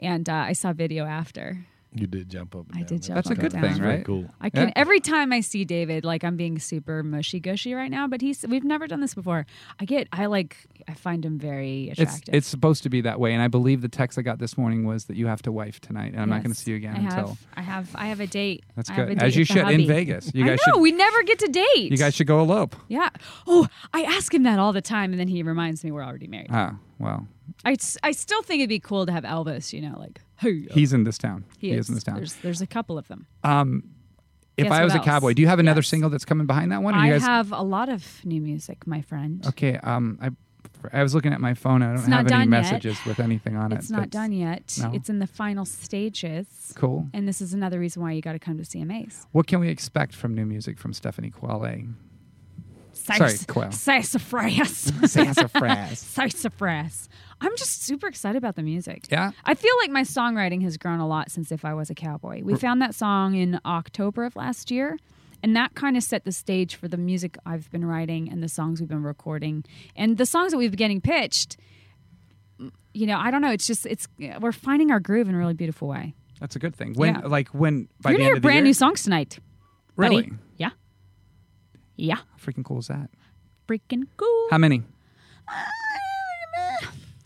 S3: and uh, I saw video after.
S4: You did jump up. And
S3: I
S4: down.
S3: did jump
S2: That's a
S3: up
S2: good
S3: and
S2: thing,
S3: down.
S4: That's very
S2: right?
S4: Cool.
S3: I can
S2: Yeah.
S3: every time I see David, like I'm being super mushy gushy right now, but he's we've never done this before. I get I like I find him very
S2: It's,
S3: attractive.
S2: it's supposed to be that way, and I believe the text I got this morning was that you have to wife tonight, and I'm not
S3: Yes.
S2: going to see you again
S3: I
S2: until.
S3: have, I have I have a date.
S2: That's
S3: I have
S2: good.
S3: a
S2: As
S3: date
S2: you
S3: with the
S2: should in
S3: hubby.
S2: Vegas. You
S3: I
S2: guys
S3: know,
S2: should-
S3: we never get to date.
S2: You guys should go elope.
S3: Yeah. Oh, I ask him that all the time, and then he reminds me we're already married.
S2: Ah, well,
S3: I, s- I still think it'd be cool to have Elvis. You know, like hey, uh,
S2: he's in this town. He,
S3: He
S2: is. in this town. Um,
S3: There's, there's a couple of them.
S2: if
S3: Guess
S2: I was
S3: what
S2: a
S3: else?
S2: cowboy, do you have another
S3: Yes.
S2: single that's coming behind that one? Or
S3: I
S2: you guys
S3: have a lot of new music, my friend.
S2: okay? Um, I for, I was looking at my phone. and I don't
S3: It's
S2: have
S3: not
S2: any
S3: done yet.
S2: messages with anything on it.
S3: It's not
S2: that's
S3: done yet.
S2: No.
S3: It's in the final stages.
S2: Cool.
S3: And this is another reason why you got to come to CMAs.
S2: What can we expect from new music from Stephanie Quale? Sorry,
S3: Sass-
S2: quail.
S3: Sassafras.
S2: Sassafras.
S3: Sassafras. I'm just super excited about the music.
S2: Yeah.
S3: I feel like my songwriting has grown a lot since If I Was a Cowboy. We found that song in October of last year, and that kind of set the stage for the music I've been writing and the songs we've been recording and the songs that we've been getting pitched. You know, I don't know. It's just it's we're finding our groove in a really beautiful way.
S2: That's a good thing. When,
S3: Yeah.
S2: like, when by the
S3: You're gonna
S2: end
S3: hear
S2: of the
S3: brand
S2: year,
S3: new songs tonight. buddy.
S2: really?
S3: Yeah. Yeah.
S2: How freaking cool is that?
S3: Freaking cool.
S2: How many?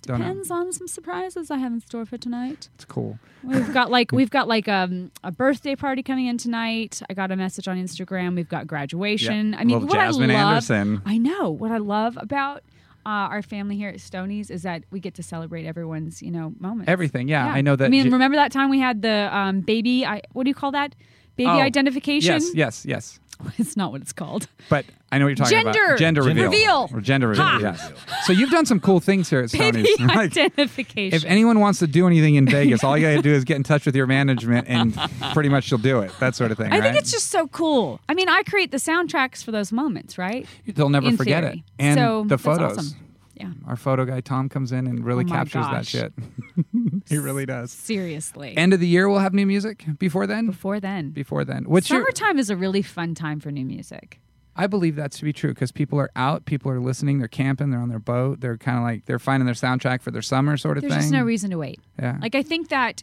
S2: Don't know.
S3: Depends on some surprises I have in store for tonight.
S2: It's cool.
S3: We've got like we've got like um, a birthday party coming in tonight. I got a message on Instagram. We've got graduation.
S2: Yeah.
S3: I mean,
S2: Little
S3: what
S2: Jasmine
S3: I love,
S2: Anderson.
S3: I know what I love about uh, our family here at Stonies is that we get to celebrate everyone's you know moments.
S2: Everything. Yeah, I know that.
S3: I mean,
S2: J-
S3: remember that time we had the um, baby? I what do you call that? Baby
S2: Oh,
S3: identification.
S2: Yes, yes, yes.
S3: it's not what it's called.
S2: But I know what you're talking
S3: Gender.
S2: about. Gender
S4: Gender
S2: reveal.
S3: reveal.
S2: Or gender reveal.
S3: Ha.
S2: Yes. So you've done some cool things here at Sony's.
S3: Baby
S2: Like,
S3: identification.
S2: if anyone wants to do anything in Vegas, all you gotta do is get in touch with your management, and pretty much you'll do it. That sort of thing.
S3: I think
S2: right?
S3: it's just so cool. I mean, I create the soundtracks for those moments, right?
S2: they'll never
S3: in
S2: forget
S3: theory.
S2: it. And
S3: so
S2: the
S3: that's
S2: photos.
S3: awesome. Yeah,
S2: Our photo guy Tom comes in and really
S3: Oh my
S2: captures that
S3: gosh.
S2: shit. he really does.
S3: seriously.
S2: End of the year, we'll have new music. Before then,
S3: before then,
S2: before then. What's your?
S3: summertime is a really fun time for new music.
S2: I believe that to be true because people are out, people are listening, they're camping, they're on their boat, they're kind of like they're finding their soundtrack for their summer sort of
S3: There's
S2: thing.
S3: just no reason to wait.
S2: Yeah.
S3: Like I think that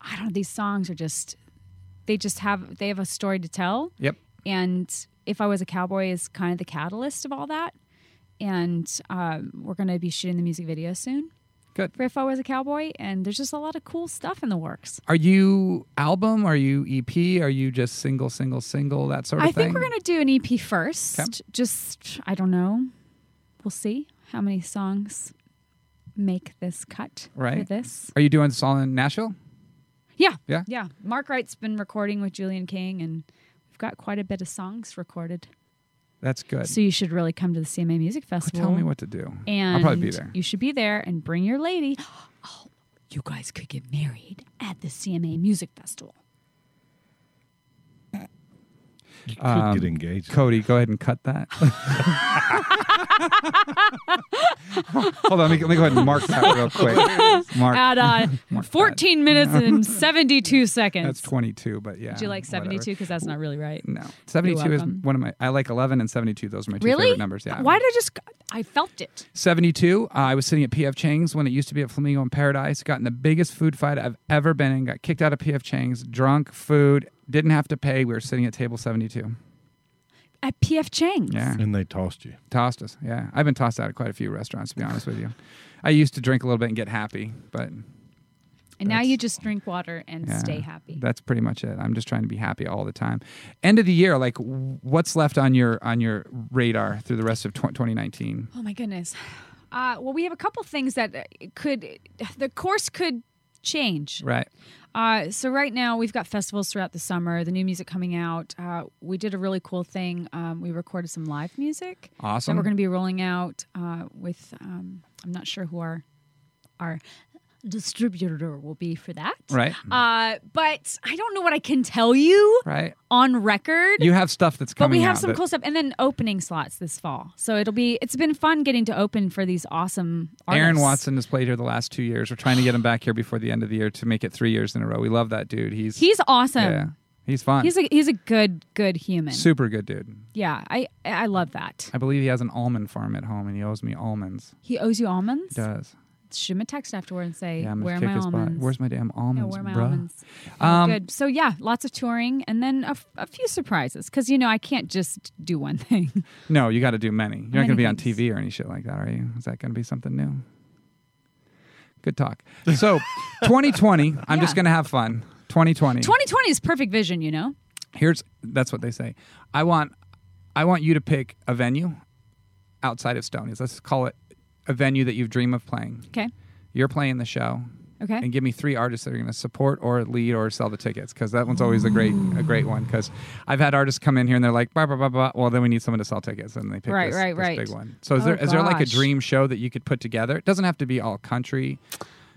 S3: I don't know. These songs are just they just have they have a story to tell.
S2: Yep.
S3: and if I was a cowboy is kind of the catalyst of all that. And um, we're going to be shooting the music video soon.
S2: Good.
S3: For if I was a cowboy, and there's just a lot of cool stuff in the works.
S2: Are you album? Are you EP? Are you just single, single, single? That sort of
S3: I
S2: thing.
S3: think we're going to do an EP first.
S2: Okay.
S3: Just I don't know. We'll see how many songs make this cut for
S2: Right.
S3: this.
S2: Are you doing this all in Nashville?
S3: Yeah,
S2: Yeah.
S3: yeah. Mark Wright's been recording with Julian King, and we've got quite a bit of songs recorded.
S2: That's good.
S3: So you should really come to the CMA Music Festival.
S2: Tell me what to do.
S3: And
S2: I'll probably be there.
S3: You should be there and bring your lady. Oh, you guys could get married at the CMA Music Festival.
S4: You could get engaged.
S2: Cody, go ahead and cut that. Hold on, let me, let me go ahead and mark that real quick. Mark.
S3: At uh,
S2: Mark that.
S3: 14 minutes and 72 seconds.
S2: That's 22, but yeah.
S3: Do you like
S2: whatever.
S3: 72? Because that's not really right.
S2: No, 72 is
S3: welcome.
S2: one of my. I like 11 and 72. Those are my two
S3: Really?
S2: favorite numbers. Yeah.
S3: Why did I just? I felt it.
S2: 72. Uh, I was sitting at PF Chang's when it used to be at Flamingo in Paradise. Got in the biggest food fight I've ever been in. Got kicked out of PF Chang's. Drunk, food, didn't have to pay. We were sitting at table 72.
S3: At PF Chang's.
S2: Yeah.
S4: And they tossed you.
S2: Tossed us. Yeah. I've been tossed out at quite a few restaurants, to be honest with you. I used to drink a little bit and get happy, but
S3: And now
S2: That's-
S3: you just drink water and
S2: yeah,
S3: stay happy.
S2: That's pretty much it. I'm just trying to be happy all the time. End of the year, like w- what's left on your on your radar through the rest of tw- 2019?
S3: Oh my goodness. Uh, well, we have a couple things that uh, could, the course could change.
S2: Right.
S3: Uh, so right now we've got festivals throughout the summer. The new music coming out. Uh, we did a really cool thing. Um, we recorded some live music
S2: Awesome.
S3: that we're going to be rolling out uh, with. Um, I'm not sure who our our distributor will be for that.
S2: Right.
S3: Uh, but I don't know what I can tell you
S2: Right.
S3: on record.
S2: You have stuff that's
S3: but
S2: coming
S3: we have
S2: out
S3: some
S2: that-
S3: cool stuff, and then opening slots this fall. So it'll be. It's been fun getting to open for these awesome. Artists.
S2: Aaron Watson has played here the last two years. We're trying to get him back here before the end of the year to make it three years in a row. We love that dude. He's
S3: He's awesome.
S2: yeah, he's fun.
S3: He's a he's a good good human.
S2: super good dude.
S3: Yeah, I I love that.
S2: I believe he has an almond farm at home, and he owes me almonds.
S3: He owes you almonds.
S2: Does
S3: Shoot him a text afterward and say,
S2: yeah? I'm gonna
S3: "Where are
S2: kick
S3: my
S2: his
S3: almonds?
S2: butt. Where's my damn
S3: yeah,
S2: almonds,
S3: where are my
S2: bruh?
S3: almonds?"
S2: Um,
S3: Good. So yeah, lots of touring, and then a, f- a few surprises because you know I can't just do one thing.
S2: No, you got to do many. You're not going to
S3: Many
S2: be on
S3: things.
S2: TV or any shit like that, are you? Is that going to be something new? Good talk. So, 2020. I'm just
S3: Yeah.
S2: going to have fun. 2020.
S3: 2020 is perfect vision, you know.
S2: here's that's what they say. I want I want you to pick a venue outside of Stonies. Let's call it a venue that you dream of playing.
S3: Okay.
S2: You're playing the show.
S3: Okay.
S2: and give me three artists that are going to support or lead or sell the tickets because that one's always a great a great one because I've had artists come in here and they're like blah blah blah blah. Well, then we need someone to sell tickets and they pick
S3: Right,
S2: this,
S3: right,
S2: this
S3: right.
S2: big one. So is
S3: Oh,
S2: there is there like a
S3: gosh.
S2: dream show that you could put together? It doesn't have to be all country.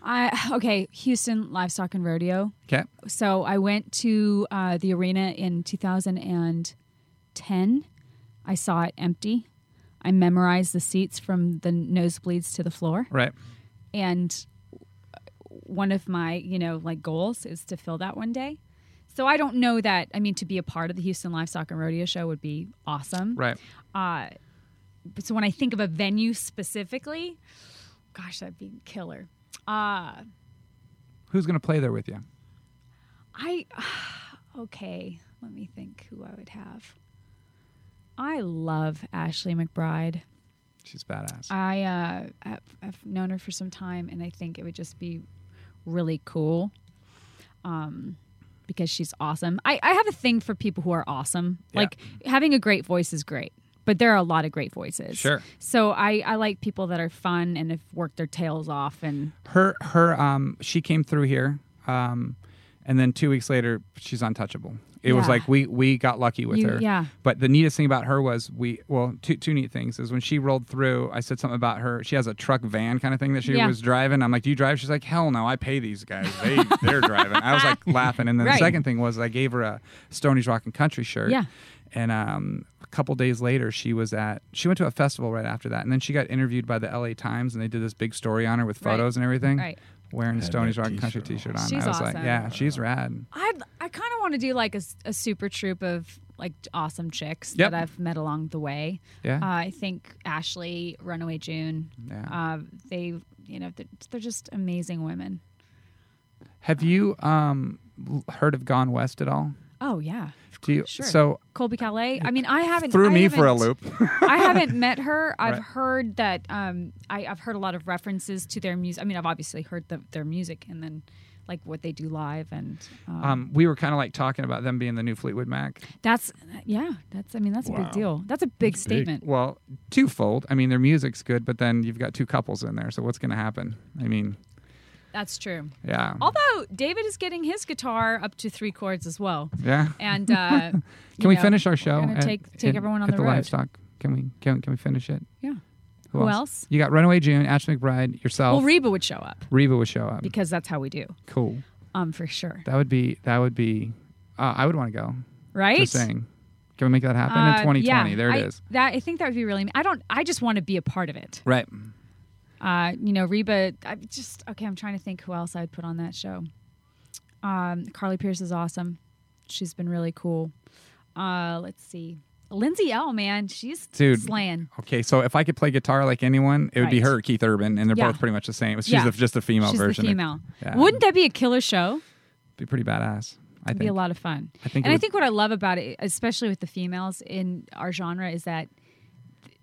S3: I okay, Houston Livestock and Rodeo.
S2: Okay.
S3: So I went to uh, the arena in 2010. I saw it empty. I memorized the seats from the nosebleeds to the floor,
S2: Right.
S3: and one of my you know like goals is to fill that one day. So I don't know that. I mean, to be a part of the Houston Livestock and Rodeo Show would be awesome.
S2: Right.
S3: Uh, but so when I think of a venue specifically, gosh, that'd be killer. Uh,
S2: Who's going to play there with you?
S3: I okay, let me think who I would have. I love Ashley McBride.
S2: She's badass.
S3: I uh, have, have known her for some time, and I think it would just be really cool um, because she's awesome. I, I have a thing for people who are awesome.
S2: Yeah.
S3: Like having a great voice is great, but there are a lot of great voices.
S2: Sure.
S3: So I, I like people that are fun and have worked their tails off and
S2: her her um she came through here um and then two weeks later she's untouchable it was
S3: Yeah.
S2: like we we got lucky with
S3: You-
S2: her
S3: yeah.
S2: but the neatest thing about her was we well two two neat things is when she rolled through i said something about her she has a truck van kind of thing that she
S3: Yeah.
S2: was driving i'm like do you drive she's like hell no i pay these guys they they're driving i was like laughing and then the
S3: Right.
S2: second thing was i gave her a stony's rock and country shirt
S3: Yeah.
S2: and um, a couple days later, she was at she went to a festival right after that, and then she got interviewed by the L.A. Times, and they did this big story on her with
S3: Right.
S2: photos and everything.
S3: Right.
S2: Wearing a
S4: Had
S2: Stony's
S4: that
S2: Rock and Country
S4: t-shirt
S2: T-shirt on,
S3: She's
S2: I was like,
S3: awesome.
S2: yeah, she's rad.
S3: I'd, I kind of want to do like a, s- a super troop of like awesome chicks
S2: Yep.
S3: that I've met along the way.
S2: Yeah.
S3: Uh, I think Ashley, Runaway June.
S2: Yeah.
S3: Uh, they, you know, they're, they're just amazing women.
S2: Have you um, l- heard of Gone West at all?
S3: Oh yeah.
S2: Do you?
S3: Sure.
S2: So
S3: Colby Calais. I mean, I haven't
S2: threw
S3: I
S2: me for a
S3: haven't-
S2: loop.
S3: I haven't met her. I've
S2: Right.
S3: heard that. Um, I, I've heard a lot of references to their music. I mean, I've obviously heard the, their music and then like what they do live and um,
S2: um, we were kind of like talking about them being the new Fleetwood Mac.
S3: that's yeah. That's I mean that's a
S4: Wow.
S3: big deal. That's a big
S4: That's big.
S3: statement.
S2: Well, twofold. I mean, their music's good, but then you've got two couples in there. So what's going to happen? I mean,
S3: That's true.
S2: yeah,
S3: Although David is getting his guitar up to three chords as well,
S2: yeah.
S3: and uh, can
S2: Can we finish our show?
S3: We're gonna
S2: at-
S3: take take
S2: at-
S3: everyone on
S2: at
S3: the, road.
S2: livestock. Can we can, can we finish it?
S3: Yeah. Who else?
S2: You got Runaway June, Ash McBride, yourself.
S3: Well, Reba would show up
S2: Reba would show up.
S3: because that's how we do,
S2: cool.
S3: um, for sure.
S2: That would be that would be. Uh, I would want to go.
S3: Right?
S2: Just saying. Can we make that happen in
S3: Uh,
S2: 2020?
S3: yeah,
S2: there it is.
S3: I, That I think that would be really. I don't. I just want to be a part of it.
S2: Right.
S3: Uh, you know, Reba. I just okay. I'm trying to think who else I'd put on that show. Um, Carly Pierce is awesome. She's been really cool. Uh, let's see. Lindsay L. Man, she's
S2: Dude.
S3: slaying.
S2: Okay, so if I could play guitar like anyone, it would be
S3: Right.
S2: her, Keith Urban, and they're
S3: Yeah.
S2: both pretty much the same. She's
S3: Yeah.
S2: the, just the female
S3: She's
S2: version.
S3: the female.
S2: Yeah.
S3: Wouldn't that be a killer show?
S2: Be pretty badass. I
S3: It'd be
S2: think.
S3: a lot of fun.
S2: I think it
S3: and I
S2: would-
S3: think what I love about it, especially with the females in our genre, is that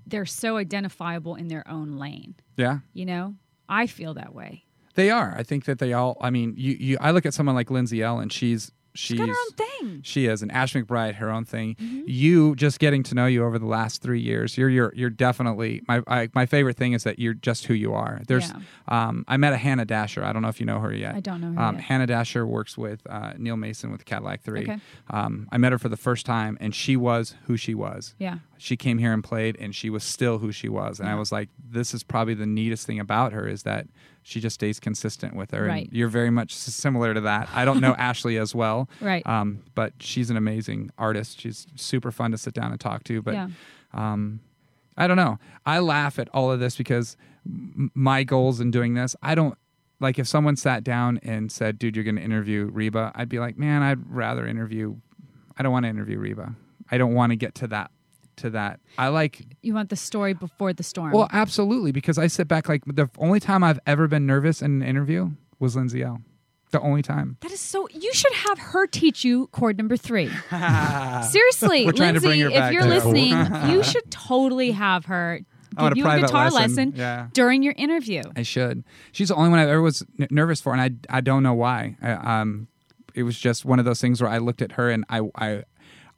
S3: they're so identifiable in their own lane.
S2: yeah.
S3: You know, I feel that way.
S2: They are. I think that they all. I mean, you. you I look at someone like Lindsay L, and she's she's
S3: Got her own thing.
S2: She is, and Ash McBride, her own thing.
S3: Mm-hmm.
S2: You just getting to know you over the last three years. You're you're you're definitely my I, my favorite thing is that you're just who you are. There's um I met a Hannah Dasher. I don't know if you know her yet.
S3: I don't know her
S2: Um,
S3: yet.
S2: Hannah Dasher works with uh, Neil Mason with Cadillac Three.
S3: Okay.
S2: Um, I met her for the first time, and she was who she was.
S3: Yeah.
S2: She came here and played, and she was still who she was. And I was like, this is probably the neatest thing about her is that she just stays consistent with her.
S3: Right.
S2: And you're very much s- similar to that. I don't know Ashley as well.
S3: Right.
S2: Um, but she's an amazing artist. She's super fun to sit down and talk to. But
S3: Yeah.
S2: um, I don't know. I laugh at all of this because m- my goals in doing this, I don't like if someone sat down and said, dude, you're going to interview Reba, I'd be like, man, I'd rather interview, I don't want to interview Reba. I don't want to get to that. To that, I like
S3: You want the story before the storm.
S2: well, absolutely, because I sit back like the only time I've ever been nervous in an interview was Lindsay L. The only time.
S3: that is so. You should have her teach you chord number three. Seriously,
S2: We're trying to
S3: Lindsay,
S2: bring her
S3: if
S2: back
S3: you're
S2: to-
S3: listening, you should totally have her
S2: I want a
S3: give you a
S2: private
S3: guitar
S2: lesson.
S3: lesson,
S2: Yeah.
S3: during your interview.
S2: I should. She's the only one I ever was n- nervous for, and I I don't know why. I, um, it was just one of those things where I looked at her and I I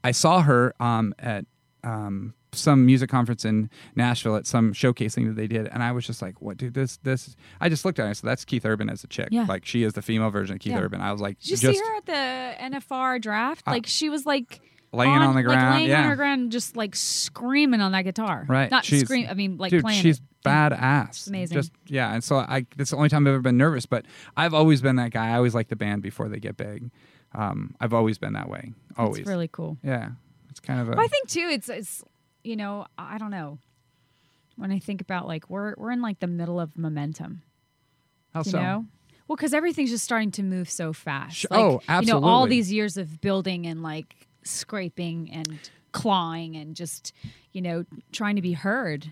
S2: I saw her um at um, some music conference in Nashville at some showcasing that they did, and I was just like, "What, dude? This, this." I just looked at her and I said, "That's Keith Urban as a chick.
S3: Yeah.
S2: Like she is the female version of Keith
S3: Yeah.
S2: Urban." I was like,
S3: Did you
S2: just
S3: see her at the NFR draft?
S2: Uh,
S3: like she was like
S2: laying on the ground,
S3: like laying
S2: yeah.
S3: on her ground, just like screaming on that guitar.
S2: Right,
S3: Not
S2: she's-
S3: scream. I mean, like
S2: dude,
S3: playing.
S2: she's
S3: it.
S2: badass.
S3: amazing.
S2: Just yeah, and so I that's the only time I've ever been nervous, but I've always been that guy. I always like the band before they get big. Um, I've always been that way. Always.
S3: It's really cool.
S2: yeah. It's kind of a
S3: But I think too, it's it's you know, I don't know. When I think about like we're we're in like the middle of momentum,
S2: how
S3: you
S2: so?
S3: know. Well, because everything's just starting to move so fast.
S2: Sh-
S3: like,
S2: oh,
S3: You know, all
S2: absolutely.
S3: these years of building and like scraping and clawing and just you know trying to be heard.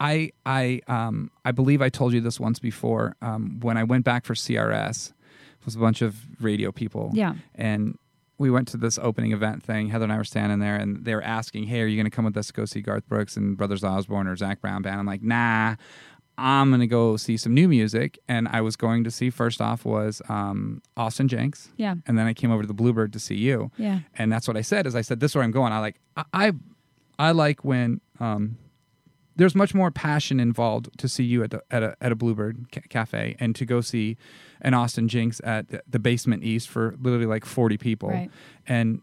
S2: I I um I believe I told you this once before. Um, when I went back for CRS, it was a bunch of radio people.
S3: Yeah.
S2: And we went to this opening event thing. Heather and I were standing there, and they were asking, "Hey, are you going to come with us to go see Garth Brooks and Brothers Osborne or Zach Brown band?" I'm like, "Nah." I'm gonna go see some new music, and I was going to see first off was um, Austin Jenks,
S3: Yeah.
S2: and then I came over to the Bluebird to see you,
S3: Yeah.
S2: and that's what I said. Is I said this is where I'm going. I like I I, I like when um, there's much more passion involved to see you at the, at a at a Bluebird ca- cafe and to go see an Austin Jinx at the- the Basement East for literally like 40 people.
S3: Right.
S2: And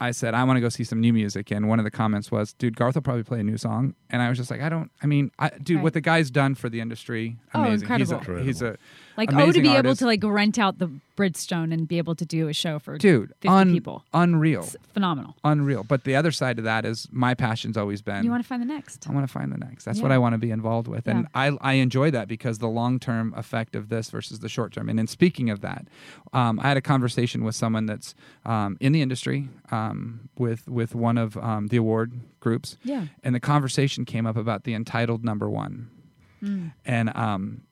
S2: I said I want to go see some new music, and one of the comments was, "Dude, Garth will probably play a new song," and I was just like, "I don't. I mean, I, dude,
S3: Right.
S2: what the guy's done for the industry,
S3: Oh,
S2: amazing. He's a
S3: incredible.
S2: he's a
S3: Like oh, to
S2: amazing
S3: be able
S2: artist.
S3: to like rent out the Bridgestone and be able to do a show for
S2: dude,
S3: fifty
S2: un-
S3: people.
S2: unreal."
S3: It's phenomenal.
S2: unreal. But the other side of that is my passion's always been
S3: You want to find the next.
S2: I want to find the next. That's
S3: Yeah.
S2: what I want to be involved with. And
S3: Yeah.
S2: I, I enjoy that because the long term effect of this versus the short term. And in speaking of that, um, I had a conversation with someone that's um, in the industry um, with with one of um, the award groups.
S3: Yeah.
S2: And the conversation came up about the entitled number one.
S3: Mm.
S2: And um,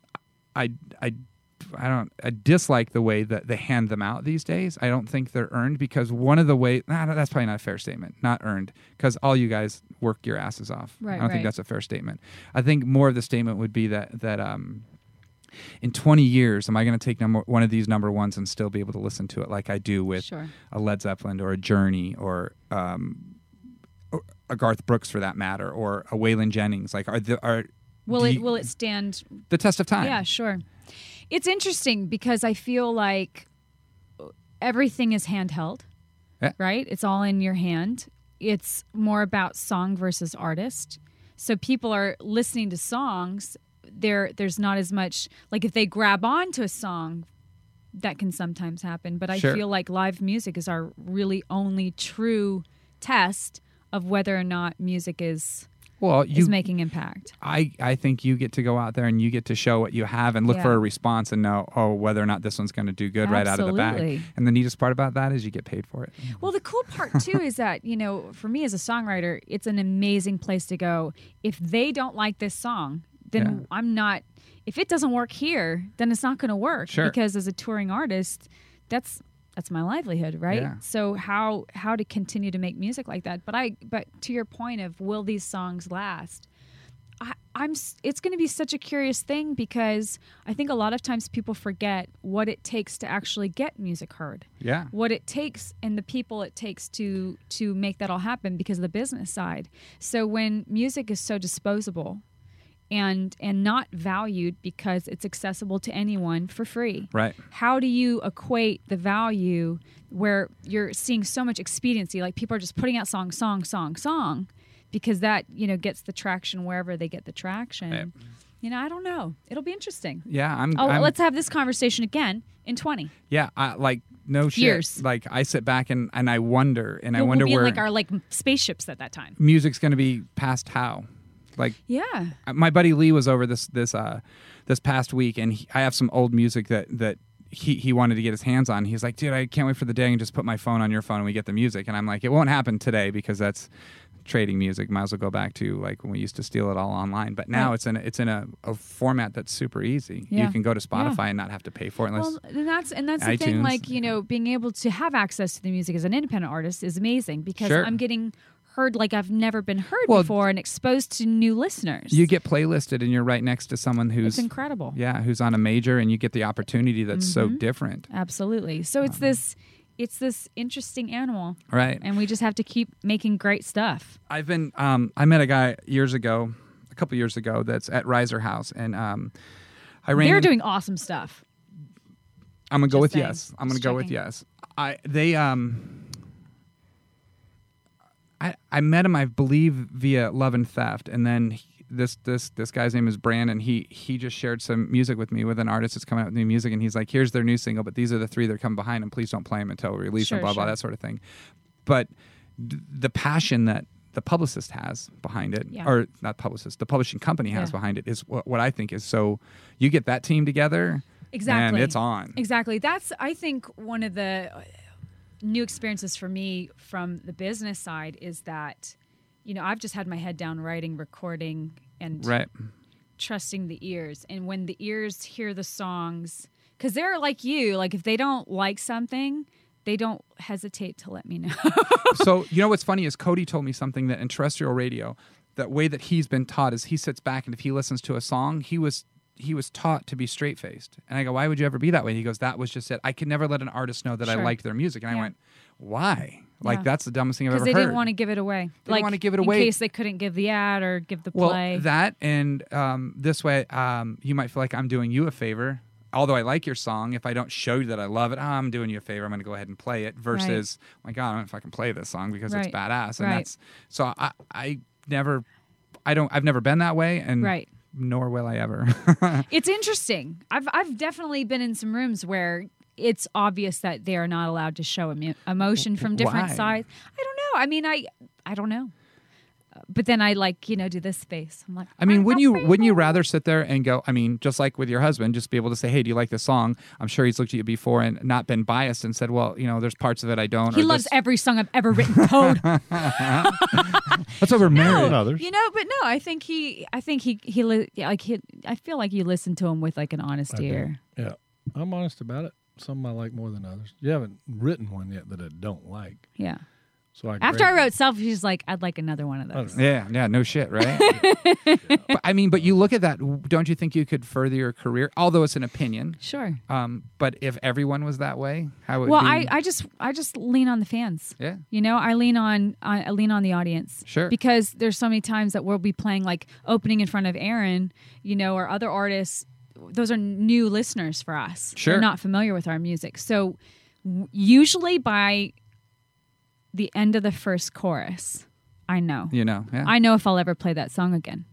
S2: I, I, I don't. I dislike the way that they hand them out these days. I don't think they're earned because one of the way. Nah, that's probably not a fair statement. Not earned because all you guys work your asses off.
S3: Right,
S2: I don't
S3: right.
S2: think that's a fair statement. I think more of the statement would be that that um, in 20 years, am I going to take number one of these number ones and still be able to listen to it like I do with
S3: Sure.
S2: a Led Zeppelin or a Journey or um, or a Garth Brooks for that matter or a Waylon Jennings? Like, are the are
S3: Will
S2: do
S3: it
S2: you-
S3: will it stand
S2: the test of time?
S3: Yeah, sure. It's interesting because I feel like everything is handheld,
S2: Yeah.
S3: right? It's all in your hand. It's more about song versus artist. So people are listening to songs. There, there's not as much like if they grab onto a song, that can sometimes happen. But I
S2: Sure.
S3: feel like live music is our really only true test of whether or not music is
S2: Well, you
S3: is making impact.
S2: I, I think you get to go out there and you get to show what you have and look
S3: Yeah.
S2: for a response and know, oh, whether or not this one's going to do good right out of the bag.
S3: Absolutely.
S2: And the neatest part about that is you get paid for it.
S3: Well, the cool part too is that, you know, for me as a songwriter, it's an amazing place to go. If they don't like this song, then
S2: Yeah.
S3: I'm not if it doesn't work here, then it's not going to work
S2: Sure.
S3: because as a touring artist, that's that's my livelihood, right?
S2: Yeah.
S3: So how how to continue to make music like that? But I but to your point of will these songs last? I, I'm. s- It's going to be such a curious thing because I think a lot of times people forget what it takes to actually get music heard
S2: Yeah.
S3: what it takes and the people it takes to to make that all happen because of the business side. So when music is so disposable and and not valued because it's accessible to anyone for free.
S2: Right.
S3: How do you equate the value where you're seeing so much expediency like people are just putting out song song song song because that, you know, gets the traction wherever they get the traction.
S2: Right.
S3: You know, I don't know. It'll be interesting.
S2: Yeah. I'm,
S3: Oh,
S2: I'm
S3: let's have this conversation again in 20.
S2: yeah. I, like, no shit.
S3: Years.
S2: Like, I sit back and, and I wonder, and I
S3: We'll-
S2: wonder
S3: we'll be in,
S2: where
S3: like our like spaceships at that time.
S2: music's going to be past how. Like,
S3: Yeah.
S2: my buddy Lee was over this this uh this past week, and he, I have some old music that that he he wanted to get his hands on. He's like, dude, I can't wait for the day and just put my phone on your phone and we get the music. And I'm like, it won't happen today because that's trading music. Might as well go back to like when we used to steal it all online. But now
S3: Right.
S2: it's in a, it's in a, a format that's super easy.
S3: Yeah.
S2: You can go to
S3: Yeah.
S2: Spotify and not have to pay for it unless.
S3: Well, and that's and that's the thing.
S2: iTunes.
S3: Like you know, being able to have access to the music as an independent artist is amazing because
S2: Sure.
S3: I'm getting heard like I've never been heard
S2: Well,
S3: before and exposed to new listeners.
S2: you get playlisted and you're right next to someone
S3: it's
S2: who's
S3: incredible. Mm-hmm.
S2: yeah who's on a major and you get the opportunity that's so different
S3: Absolutely. So it's this it's this interesting animal,
S2: right?
S3: and we just have to keep making great stuff.
S2: I've been um, I met a guy years ago, a couple years ago, that's at Riser House, and um, I ran.
S3: They're
S2: in-
S3: doing awesome stuff.
S2: I'm gonna go
S3: just
S2: with
S3: saying.
S2: yes. I'm gonna
S3: Just
S2: go with
S3: checking.
S2: yes. I they um. I I met him I believe via Love and Theft, and then he- this this this guy's name is Brandon. He he just shared some music with me with an artist that's coming out with new music, and he's like, "Here's their new single, but these are the three that are coming behind, and please don't play them until we release
S3: Sure,
S2: them." Blah blah
S3: sure.
S2: that sort of thing. But d- the passion that the publicist has behind it,
S3: Yeah.
S2: or not publicist, the publishing company has
S3: Yeah.
S2: behind it, is what, what I think is so. You get that team together,
S3: Exactly.
S2: and it's on.
S3: Exactly. That's I think one of the uh, new experiences for me from the business side is that you know, I've just had my head down writing, recording and
S2: Right.
S3: trusting the ears. And when the ears hear the songs cuz they're like you, like if they don't like something, they don't hesitate to let me know.
S2: so you know what's funny is Cody told me something that in terrestrial radio, the way that he's been taught is he sits back and if he listens to a song, he was he was taught to be straight faced. And I go, why would you ever be that way? He goes, that was just it. I could never let an artist know that I
S3: Sure.
S2: liked their music. And I
S3: Yeah.
S2: went, why? Like
S3: Yeah.
S2: that's the dumbest thing I've
S3: Cuz
S2: ever
S3: they
S2: heard.
S3: didn't want to give it away.
S2: didn't
S3: like
S2: wanna give it
S3: in
S2: away.
S3: case they couldn't give the ad or give the
S2: Well,
S3: play.
S2: that and um, this way, um, you might feel like I'm doing you a favor. Although I like your song, if I don't show you that I love it, ah, I'm doing you a favor. I'm going to go ahead and play it. Versus, my God, I don't know if I can play this song because
S3: Right.
S2: it's badass. And
S3: Right.
S2: that's so I, I never, I don't, I've never been that way, and
S3: Right.
S2: nor will I ever.
S3: It's interesting. I've I've definitely been in some rooms where it's obvious that they are not allowed to show emo- emotion from different
S2: Why?
S3: sides. I don't know. I mean, I I don't know. Uh, But then I like you know do this face. I'm like,
S2: I mean, wouldn't you wouldn't you rather sit there and go? I mean, just like with your husband, just be able to say, "Hey, do you like this song?" I'm sure he's looked at you before and not been biased and said, "Well, you know, there's parts of it I don't."
S3: He
S2: or
S3: loves
S2: this-
S3: every song I've ever written. Code.
S2: That's why we're married.
S4: And others.
S3: you know, but no, I think he, I think he, he, li- yeah, like he, I feel like you listen to him with like an honest ear.
S4: Yeah, I'm honest about it. Some I like more than others. You haven't written one yet that I don't like.
S3: Yeah.
S4: So I
S3: After I
S4: grade-
S3: wrote self, she's like, I'd like another one of those.
S2: Yeah, yeah, no shit, right? but, I mean, but you look at that. Don't you think you could further your career? Although it's an opinion,
S3: Sure.
S2: um, but if everyone was that way, how would
S3: Well,
S2: be,
S3: I, I just, I just lean on the fans.
S2: yeah,
S3: You know, I lean on I I lean on the audience.
S2: Sure.
S3: Because there's so many times that we'll be playing like opening in front of Aaron, you know, or other artists. Those are new listeners for us.
S2: Sure.
S3: They're not familiar with our music. So w- usually by the end of the first chorus, I know.
S2: you know, yeah.
S3: I know if I'll ever play that song again.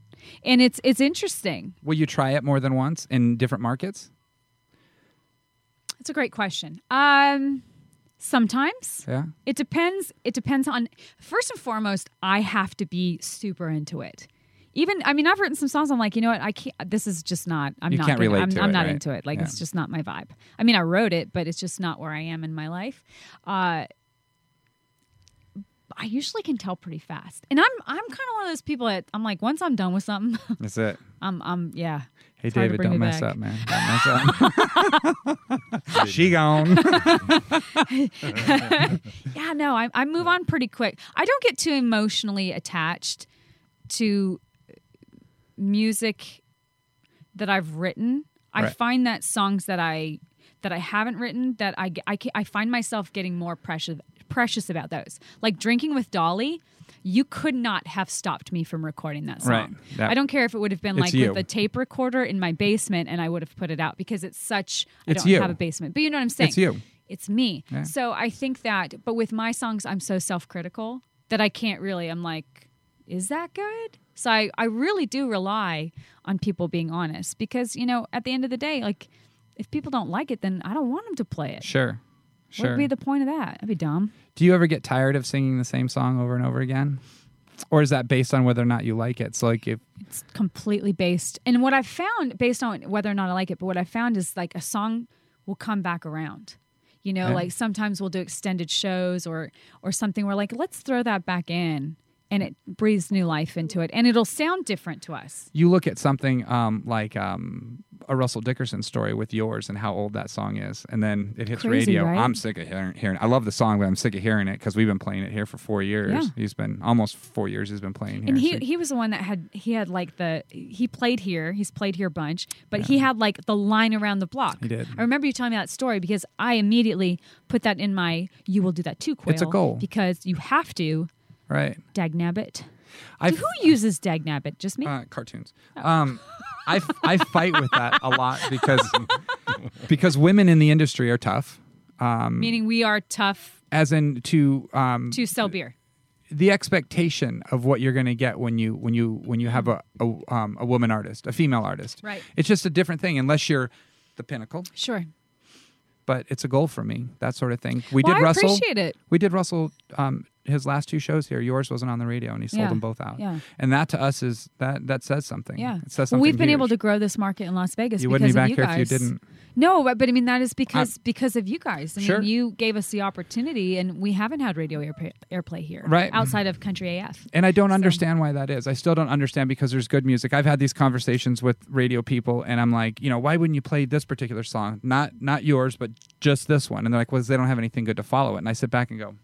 S3: And it's it's interesting.
S2: Will you try it more than once in different markets?
S3: It's a great question. Um sometimes
S2: Yeah,
S3: It depends. It depends on first and foremost. I have to be super into it. Even I mean, I've written some songs. I'm like, you know what? I can't. This is just not. I'm
S2: You
S3: not.
S2: can't
S3: gonna-
S2: relate
S3: I'm,
S2: to
S3: I'm
S2: it,
S3: not
S2: right?
S3: into it. Like
S2: Yeah.
S3: it's just not my vibe. I mean, I wrote it, but it's just not where I am in my life. Uh, I usually can tell pretty fast, and I'm I'm kind of one of those people that I'm like, once I'm done with something,
S2: that's it.
S3: I'm I'm yeah.
S2: Hey,
S3: It's hard
S2: David,
S3: to bring
S2: don't
S3: me
S2: mess
S3: back.
S2: up, man. Don't mess up. she gone.
S3: Yeah, no, I, I move on pretty quick. I don't get too emotionally attached to music that I've written. I
S2: Right.
S3: find that songs that I that I haven't written that I g- I, ca- I find myself getting more precious precious about those. Like drinking with Dolly, you could not have stopped me from recording that song.
S2: Right. That-
S3: I don't care if it would have been
S2: It's
S3: like
S2: you.
S3: with a tape recorder in my basement and I would have put it out because it's such I
S2: It's
S3: don't
S2: you.
S3: have a basement. But you know what I'm saying?
S2: It's you.
S3: it's me. So I think that, but with my songs, I'm so self critical that I can't really, I'm like, is that good? So I, I really do rely on people being honest because, you know, at the end of the day, like, if people don't like it, then I don't want them to play it.
S2: Sure,
S3: What
S2: sure.
S3: would be the point of that? That'd be dumb.
S2: Do you ever get tired of singing the same song over and over again? Or is that based on whether or not you like it? So, like, if
S3: It's completely based. And what I've found, based on whether or not I like it, but what I found is like a song will come back around. You know,
S2: Yeah.
S3: like sometimes we'll do extended shows or or something where like let's throw that back in and it breathes new life into it, and it'll sound different to us.
S2: you look at something um, like um, a Russell Dickerson story with yours and how old that song is, and then it hits
S3: Crazy,
S2: radio.
S3: right?
S2: I'm sick of hearing, hearing. I love the song, but I'm sick of hearing it because we've been playing it here for four years.
S3: Yeah.
S2: He's been almost four years. He's been playing here.
S3: And he
S2: so-
S3: he was the one that had he had like the he played here, he's played here a bunch, but he had like the line around the block. He
S2: did.
S3: I remember you telling me that story because I immediately put that in my you will do that too quill.
S2: It's a goal.
S3: because you have to
S2: right.
S3: dagnabbit.
S2: I
S3: Who Oh. uses dagnabbit? Just me.
S2: uh, cartoons. Um, I, f- I fight with that a lot because because women in the industry are tough.
S3: Meaning we are tough
S2: As in to um,
S3: to sell beer.
S2: the expectation of what you're going to get when you when you when you have a a, um, a woman artist, a female artist.
S3: Right.
S2: It's just a different thing unless you're the pinnacle.
S3: Sure.
S2: But it's a goal for me, that sort of thing. We
S3: Well,
S2: did
S3: I
S2: Russell. Mm,
S3: appreciate it.
S2: We did Russell um, his last two shows here. Yours wasn't on the radio, and he sold
S3: Yeah.
S2: them both out.
S3: Yeah.
S2: And that to us is that that says something.
S3: Yeah.
S2: It says
S3: Well,
S2: something.
S3: we've been
S2: huge.
S3: able to grow this market in Las Vegas
S2: You
S3: because
S2: wouldn't be
S3: of
S2: back
S3: you
S2: here if you
S3: guys.
S2: didn't. Uh,
S3: No, but, but I mean that is because because of you guys. I
S2: Sure.
S3: mean you gave us the opportunity and we haven't had radio airplay, airplay here.
S2: Right.
S3: Outside of country AF.
S2: And I don't understand why that is. I still don't understand because there's good music. I've had these conversations with radio people, and I'm like, you know, why wouldn't you play this particular song? Not not yours, but just this one. And they're like, well, they don't have anything good to follow it. And I sit back and go,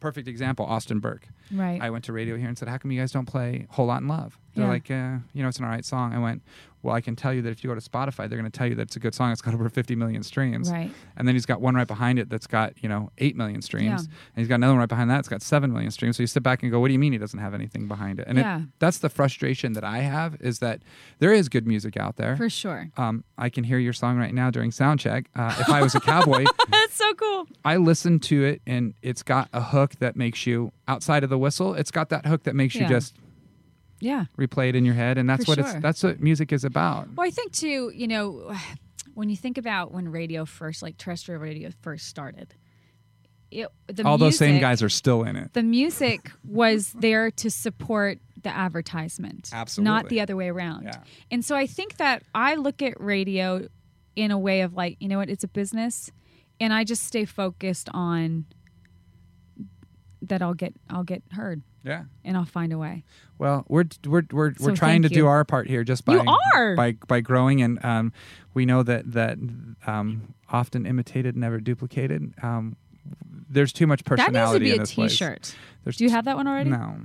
S2: perfect example, Austin Burke.
S3: Right.
S2: I went to radio here and said, how come you guys don't play Whole Lot in Love? They're
S3: Yeah.
S2: like, uh, you know, it's an all right song. I went, well, I can tell you that if you go to Spotify, they're going to tell you that it's a good song. It's got over 50 million streams.
S3: Right.
S2: And then he's got one right behind it that's got, you know, 8 million streams.
S3: Yeah.
S2: And he's got another one right behind that. It's got 7 million streams. So you sit back and go, what do you mean he doesn't have anything behind it? And
S3: Yeah.
S2: it, that's the frustration that I have is that there is good music out there.
S3: For sure.
S2: um, I can hear your song right now during sound check. Uh, if I was a cowboy,
S3: That's so cool.
S2: I listen to it and it's got a hook that makes you, outside of the whistle, it's got that hook that makes
S3: Yeah.
S2: you just
S3: Yeah.
S2: replay it in your head. And that's
S3: For
S2: what it's,
S3: sure.
S2: that's what music is about.
S3: Well, I think too, you know, when you think about when radio first, like terrestrial radio first started, it, the
S2: All those same
S3: music-
S2: guys are still in it.
S3: The music was there to support the advertisement, not
S2: Absolutely.
S3: the other way around.
S2: Yeah.
S3: And so I think that I look at radio in a way of like, you know what, it's a business, and I just stay focused on that I'll get I'll get heard
S2: Yeah.
S3: and I'll find a way.
S2: Well, we're we're we're,
S3: So
S2: we're trying to
S3: thank you.
S2: do our part here, just by
S3: You are!
S2: by by growing, and um, we know that that um, often imitated, never duplicated. Um, there's too much
S3: That needs to
S2: personality
S3: be
S2: in
S3: a
S2: this place.
S3: T-shirt.
S2: There's
S3: Do you
S2: t-
S3: have that one already?
S2: No,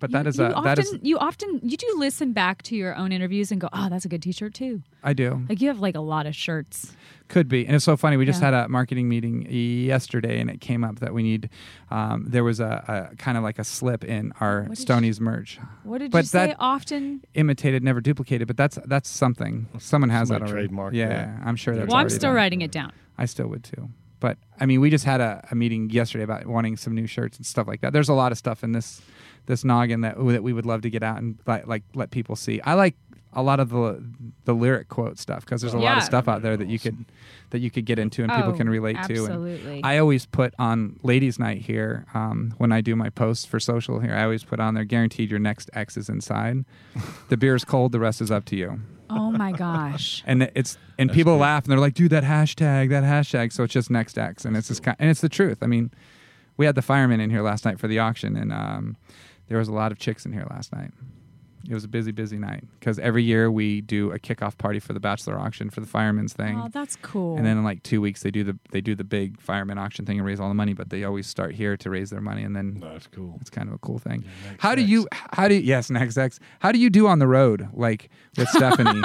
S2: but that
S3: you,
S2: is
S3: you
S2: a
S3: often,
S2: that is
S3: you often you do listen back to your own interviews and go, oh, that's a good T-shirt too.
S2: I do
S3: Like you have like a lot of shirts.
S2: could be, and it's so funny. We just
S3: Yeah.
S2: had a marketing meeting yesterday, and it came up that we need. Um, there was a, a kind of like a slip in our
S3: What did
S2: Stonies merch.
S3: What did
S2: But
S3: you say?
S2: that-
S3: often.
S2: Imitated, never duplicated, but that's that's something. Someone has
S4: Somebody
S2: that already.
S4: trademarked
S2: yeah,
S4: that.
S2: I'm sure that's.
S3: Well, I'm
S2: already
S3: still
S2: done.
S3: writing it down.
S2: I still would too. But I mean, we just had a, a meeting yesterday about wanting some new shirts and stuff like that. There's a lot of stuff in this this noggin that that we would love to get out and like, like let people see. I like a lot of the the lyric quote stuff because there's a lot
S3: Yeah.
S2: of stuff out there that you could that you could get into and people
S3: Oh,
S2: can relate to. And
S3: absolutely.
S2: I always put on ladies' night here um, when I do my posts for social here. I always put on there, guaranteed your next X is inside. the beer's cold, the rest is up to you
S3: Oh my gosh.
S2: and it's and people laugh and they're like, dude, that hashtag, that hashtag. So it's just next X, and it's just kind, and it's the truth. I mean, we had the firemen in here last night for the auction, and um, there was a lot of chicks in here last night. It was a busy, busy night because every year we do a kickoff party for the bachelor auction for the firemen's thing.
S3: Oh, that's cool.
S2: And then in like two weeks they do the they do the big fireman auction thing and raise all the money, but they always start here to raise their money and then
S4: That's cool.
S2: it's kind of a cool thing.
S4: next
S2: how do
S4: X.
S2: you how do you, yes, next X. How do you do on the road like with Stephanie?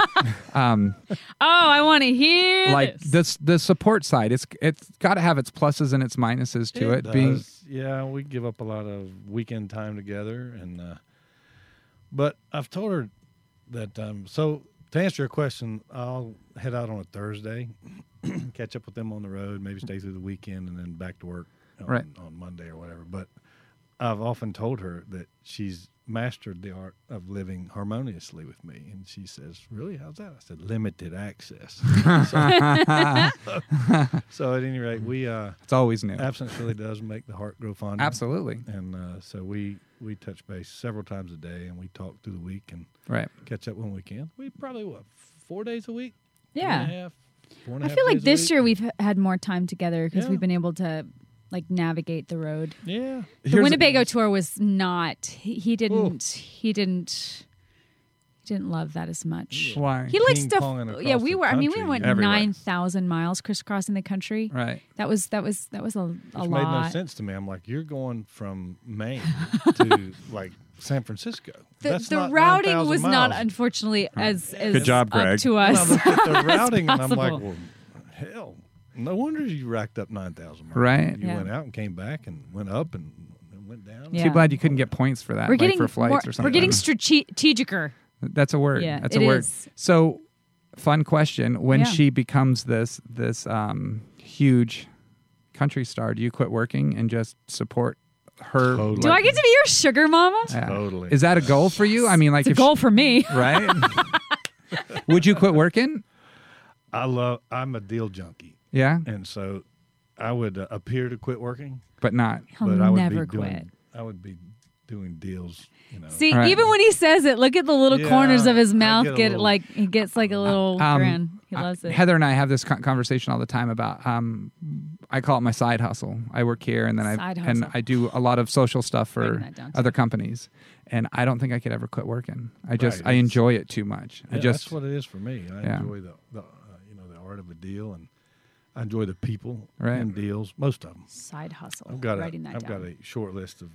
S2: um
S3: oh, I want to hear
S2: like
S3: this.
S2: this the support side it's it's got to have its pluses and its minuses to it, being
S4: does. yeah, we give up a lot of weekend time together, and uh, but I've told her that. Um, so to answer your question, I'll head out on a Thursday, catch up with them on the road, maybe stay through the weekend, and then back to work on,
S2: Right.
S4: on Monday or whatever. But I've often told her that she's mastered the art of living harmoniously with me, and she says, "Really? How's that?" I said, "Limited access." so, so at any rate, we. Uh,
S2: it's always new
S4: Absence really does make the heart grow fonder.
S2: absolutely
S4: And uh, so we we touch base several times a day, and we talk through the week and
S2: right
S4: catch up when we can. We probably what four days a week. Three and
S3: yeah.
S4: a half, four and a
S3: I
S4: half
S3: feel like
S4: days a
S3: this
S4: week.
S3: year we've h- had more time together because
S4: Yeah.
S3: we've been able to like navigate the road.
S4: Yeah.
S3: The
S2: Here's a-
S3: Winnebago tour was not. He, he didn't.
S4: Ooh.
S3: He didn't. Didn't love that as much.
S2: Why?
S3: He likes
S4: Ping-ponging
S3: stuff. Yeah,
S4: across
S3: we
S4: the
S3: were. I mean, we
S4: country,
S3: went
S2: everywhere.
S3: nine thousand miles crisscrossing the country.
S2: right.
S3: That was that was that was a, a
S4: Which
S3: lot.
S4: made no sense to me. I'm like, you're going from Maine to like San Francisco.
S3: The,
S4: That's
S3: the
S4: not
S3: routing
S4: 9,000
S3: was not,
S4: miles.
S3: unfortunately, as, as
S5: Good job,
S3: up
S5: Greg.
S3: to
S4: And
S3: us.
S4: I looked at the routing and I'm like,
S3: possible.
S4: well, hell, no wonder you racked up 9,000 miles.
S2: Right.
S4: You
S3: Yeah.
S4: went out and came back and went up and, and went down.
S3: Yeah.
S2: Too bad you couldn't get points for that.
S3: we're
S2: like
S3: getting
S2: for flights
S3: more-
S2: or something.
S3: we're getting strategicer.
S2: That's a word.
S3: Yeah,
S2: That's
S3: it
S2: a word.
S3: is.
S2: So, fun question: When
S3: Yeah.
S2: she becomes this this um, huge country star, do you quit working and just support her?
S4: Totally.
S3: Do I get to be your sugar mama?
S2: Yeah.
S4: Totally.
S2: Is that a goal for you? I mean, like
S3: it's a
S2: if
S3: goal for me.
S2: She, right? Would you quit working?
S4: I love, I'm a deal junkie.
S2: Yeah,
S4: And so I would uh, appear to quit working,
S2: but not.
S3: He'll
S4: but I would
S3: never
S4: be
S3: quit.
S4: doing, I would be doing deals, you know.
S3: See,
S2: All right.
S3: even when he says it, look at the little
S4: Yeah,
S3: corners of his
S4: I
S3: mouth.
S4: get
S3: Get,
S4: a
S3: it
S4: little-
S3: like he gets like a little
S2: Um,
S3: grin. He loves
S2: I-
S3: it.
S2: Heather and I have this con- conversation all the time about um, I call it my side hustle. I work here and then I
S3: Side
S2: and
S3: hustle.
S2: I do a lot of social stuff
S3: Writing
S2: for
S3: that down, too.
S2: other companies. And I don't think I could ever quit working. I just
S4: Right,
S2: I
S4: it's-
S2: enjoy it too much. I
S4: Yeah,
S2: just
S4: that's what it is for me. I
S2: Yeah.
S4: enjoy the, the uh, you know the art of a deal, and I enjoy the people
S2: Right.
S4: and deals. Most of them.
S3: Side hustle.
S4: I've got a,
S3: writing that
S4: I've
S3: down.
S4: got a short list of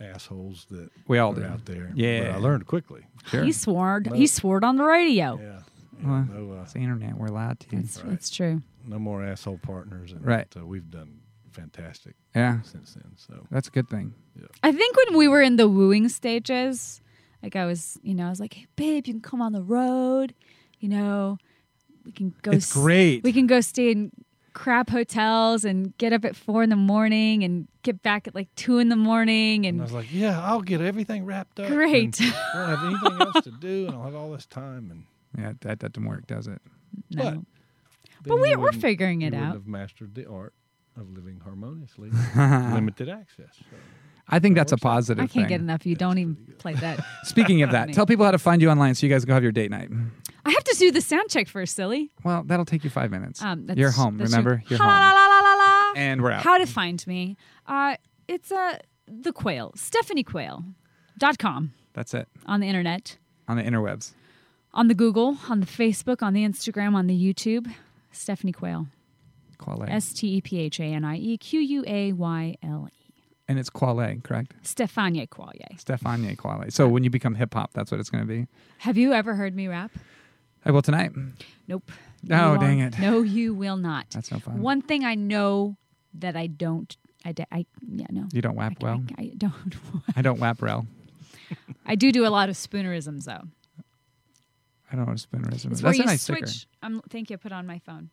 S4: assholes that
S2: We all
S4: are
S2: do.
S4: out there.
S2: Yeah.
S4: but I learned quickly.
S2: sure.
S3: He swore. He swore on the radio.
S4: Yeah, Yeah,
S2: Well,
S4: no, uh,
S2: it's the internet. We're allowed to.
S3: That's that's true.
S4: no more asshole partners, and
S2: Right.
S4: So we've done fantastic
S2: Yeah,
S4: since then. So
S2: that's a good thing.
S3: I think when we were in the wooing stages, like I was, you know, I was like, "Hey, babe, you can come on the road. You know, we can go.
S2: It's great.
S3: We can go stay in crap hotels and get up at four in the morning and get back at like two in the morning
S4: and
S3: and
S4: I was like, yeah, I'll get everything wrapped up.
S3: Great.
S4: and I won't have anything else to do, and I'll have all this time. And
S2: Yeah, that, that doesn't work, does it?
S3: no. But
S4: but then
S3: we-
S4: you
S3: we're
S4: wouldn't-
S3: figuring
S4: you
S3: it
S4: wouldn't
S3: out.
S4: Have mastered the art of living harmoniously, with limited access. So,
S2: I think that's a
S4: works out.
S2: positive
S3: I can't
S2: thing.
S3: get enough. You don't even play that.
S2: Speaking of that,
S3: Me.
S2: tell people how to find you online so you guys can go have your date night.
S3: I have to do the sound check first, silly.
S2: Well, that'll take you five minutes.
S3: Um, that's,
S2: You're home,
S3: that's
S2: remember?
S3: True.
S2: You're
S3: Ha la
S2: home.
S3: la la la la.
S2: And we're out.
S3: How to find me? Uh, it's uh, the Quail, Stephanie Quail, dot com
S2: That's it
S3: on the internet,
S2: on the interwebs.
S3: on the Google, on the Facebook, on the Instagram, on the YouTube. Stephanie Quail,
S2: Quale.
S3: S T E P H A N I E Q U A Y L E,
S2: and it's Quale, correct?
S3: Stephanie Quailier.
S2: Stefania Quale. So when you become hip hop, that's what it's going to be.
S3: Have you ever heard me rap?
S2: I will tonight.
S3: Nope.
S2: Oh,
S3: You
S2: dang
S3: won't.
S2: it.
S3: No, you will not.
S2: That's no fun.
S3: One thing I know that I don't. I, d- I- yeah no.
S2: You don't
S3: I,
S2: wap well.
S3: I, I don't.
S2: I don't wap well.
S3: I do do a lot of spoonerisms though.
S2: I don't know what a spinnerism
S3: It's
S2: is.
S3: where
S2: That's a
S3: you
S2: nice
S3: switch.
S2: sticker.
S3: Um, thank you. I Put it on my phone.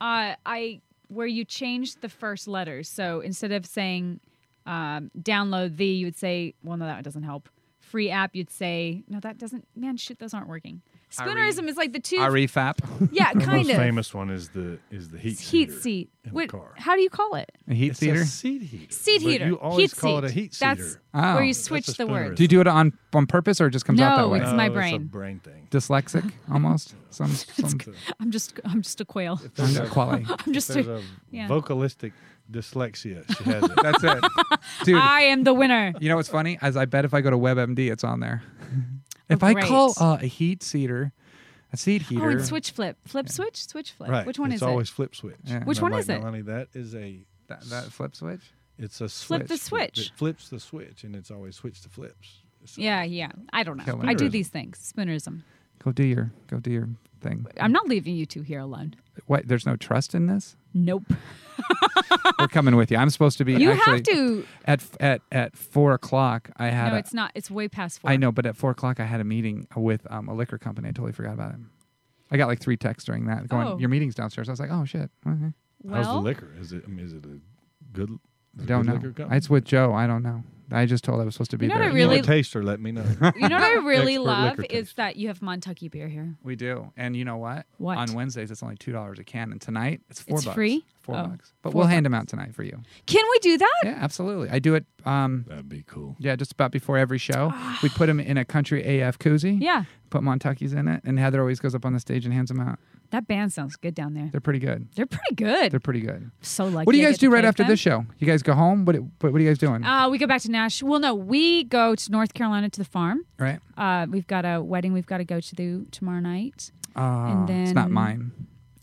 S3: Uh, I where you change the first letters. So instead of saying um, download the, you would say, well, no, that doesn't help. Free app, you'd say, no, that doesn't. Man, shoot, those aren't working. Spoonerism is like the two.
S2: Ari Fap.
S3: Yeah,
S4: the
S3: kind
S4: most
S3: of.
S4: famous one is the is the heat
S3: It's heat
S4: seater
S3: seat.
S4: in the
S3: What-
S4: car.
S3: How do you call it?
S2: A heat
S4: It's
S2: theater.
S4: a seat heater.
S3: Seat
S4: But
S3: heater.
S4: You always
S3: heat
S4: call
S3: seat.
S4: it a heat seater.
S3: That's
S2: Oh.
S3: where you
S2: That's
S4: a
S3: switch the
S4: spoonerism.
S3: words.
S2: Do you do it on, on purpose or it just comes out that
S3: No,
S2: way?
S3: it's
S4: No,
S3: my
S4: It's Oh, a
S3: brain.
S4: brain thing.
S2: Dyslexic almost. Some, some
S3: I'm just, I'm just a quail.
S2: I'm not Quale.
S3: I'm just
S4: There's
S3: a,
S4: a
S3: yeah.
S4: vocalistic dyslexia. She has it.
S2: That's it. Dude,
S3: I am the winner.
S2: you know what's funny? As I bet if I go to WebMD, it's on there. if
S3: Oh,
S2: I
S3: great.
S2: call uh, a heat seater, a seat heater.
S3: Oh, and switch flip, flip switch, switch flip.
S4: right.
S3: Which one is
S4: it's always
S3: it?
S4: flip switch.
S2: Yeah.
S3: Which
S4: And I'm
S3: one is
S4: like,
S3: it?
S4: "No, honey, that is a.
S2: that, that flip switch?
S4: It's a
S3: Flip
S4: switch.
S3: the
S4: It,
S3: switch.
S4: flips the switch, and it's always switch to flips. So-
S3: Yeah, yeah. I don't know.
S2: Kill
S3: I do
S4: Spoonerism.
S3: these things. Spoonerism.
S2: Go do your go do your thing.
S3: I'm not leaving you two here alone.
S2: What? There's no trust in this.
S3: Nope.
S2: We're coming with you. I'm supposed to be.
S3: Ah. You
S2: actually,
S3: have to.
S2: At at at four o'clock, I had.
S3: No,
S2: a-
S3: it's not. It's way past four.
S2: I know, but at four o'clock, I had a meeting with um, a liquor company. I totally forgot about it. I got like three texts during that going,
S3: Oh.
S2: "Your meeting's downstairs." I was like, "Oh shit." Okay.
S3: Well,
S4: How's the liquor? Is it? I mean, is it a good? is it
S2: I
S4: a
S2: don't
S4: good liquor
S2: know.
S4: company?
S2: It's with Joe. I don't know. I just told I was supposed to be
S3: You know
S2: there.
S3: what I
S4: You want a
S3: really-
S4: taster? Let me know.
S3: you know what I really
S4: Expert
S3: love
S4: liquor
S3: is
S4: taste.
S3: that you have Montucky beer here.
S2: We do, and you know what?
S3: What?
S2: On Wednesdays, it's only two dollars a can, and tonight it's four
S3: It's
S2: bucks.
S3: free?
S2: Four
S3: Oh,
S2: bucks. But
S3: four
S2: we'll hand them out tonight for you.
S3: Can we do that?
S2: Yeah, absolutely. I do it. Um,
S4: That'd be cool.
S2: yeah, just about before every show, we put them in a country AF koozie.
S3: Ah. Yeah.
S2: put Montucky's in it, and Heather always goes up on the stage and hands them out.
S3: That band sounds good down there.
S2: They're pretty good.
S3: They're pretty good.
S2: They're pretty good.
S3: so lucky.
S2: what do you
S3: I
S2: guys
S3: get to
S2: do right
S3: play with
S2: after
S3: them.
S2: this show? You guys go home. What What, what are you guys doing?
S3: Uh, we go back to Nash. Well, no, we go to North Carolina to the farm.
S2: right.
S3: Uh, we've got a wedding we've got to go to the, tomorrow night.
S2: Uh, it's not
S3: then-
S2: mine.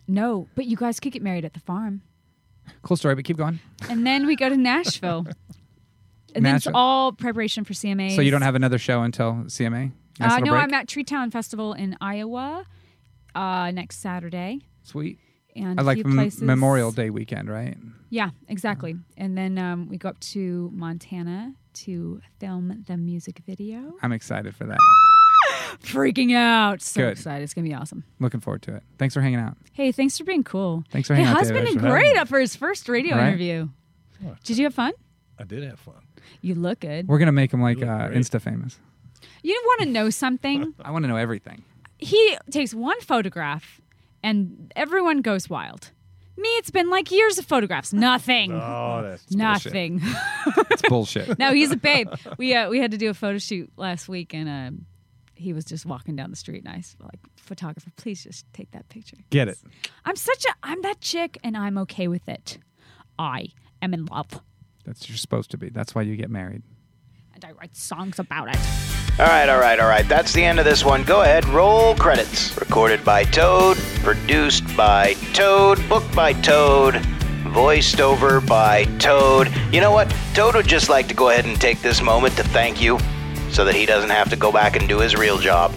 S3: No, but you guys could get married at the farm.
S2: Cool story, but keep going.
S3: And then we go to Nashville. And then it's
S2: Nashville.
S3: all preparation for CMA.
S2: So you don't have another show until CMA. Nice
S3: Uh,
S2: little
S3: no,
S2: break.
S3: I'm at Tree Town Festival in Iowa uh, next Saturday,
S2: Sweet.
S3: and
S2: I like
S3: a few
S2: m-
S3: places.
S2: Memorial Day weekend, right?
S3: Yeah, exactly. And then um, we go up to Montana to film the music video.
S2: I'm excited for that.
S3: Freaking out! So
S2: Good.
S3: excited! It's gonna be awesome.
S2: Looking forward to it. Thanks for hanging out.
S3: Hey, thanks for being cool.
S2: Thanks for
S3: hey,
S2: hanging out,
S3: husband
S2: David.
S3: and
S4: Thanks for having
S3: great up for his first radio
S2: Right?
S3: interview. Did you have fun?
S4: I did have fun.
S3: You look good.
S2: We're gonna make him like
S4: You look
S2: uh,
S4: great.
S2: Insta famous.
S3: You want to know something?
S2: I want to know everything.
S3: he takes one photograph and everyone goes wild. Me, it's been like years of photographs. Nothing.
S4: Oh, that's
S3: Nothing.
S2: It's bullshit.
S3: no, he's a babe. We uh, we had to do a photo shoot last week and uh, he was just walking down the street and I was like, photographer, please just take that picture.
S2: Get it.
S3: I'm such a I'm that chick and I'm okay with it. I am in love.
S2: That's what you're supposed to be. That's why you get married.
S3: And I write songs about it.
S1: All right, all right, all right. That's the end of this one. Go ahead, roll credits. Recorded by Toad, produced by Toad, booked by Toad, voiced over by Toad. You know what? Toad would just like to go ahead and take this moment to thank you so that he doesn't have to go back and do his real job.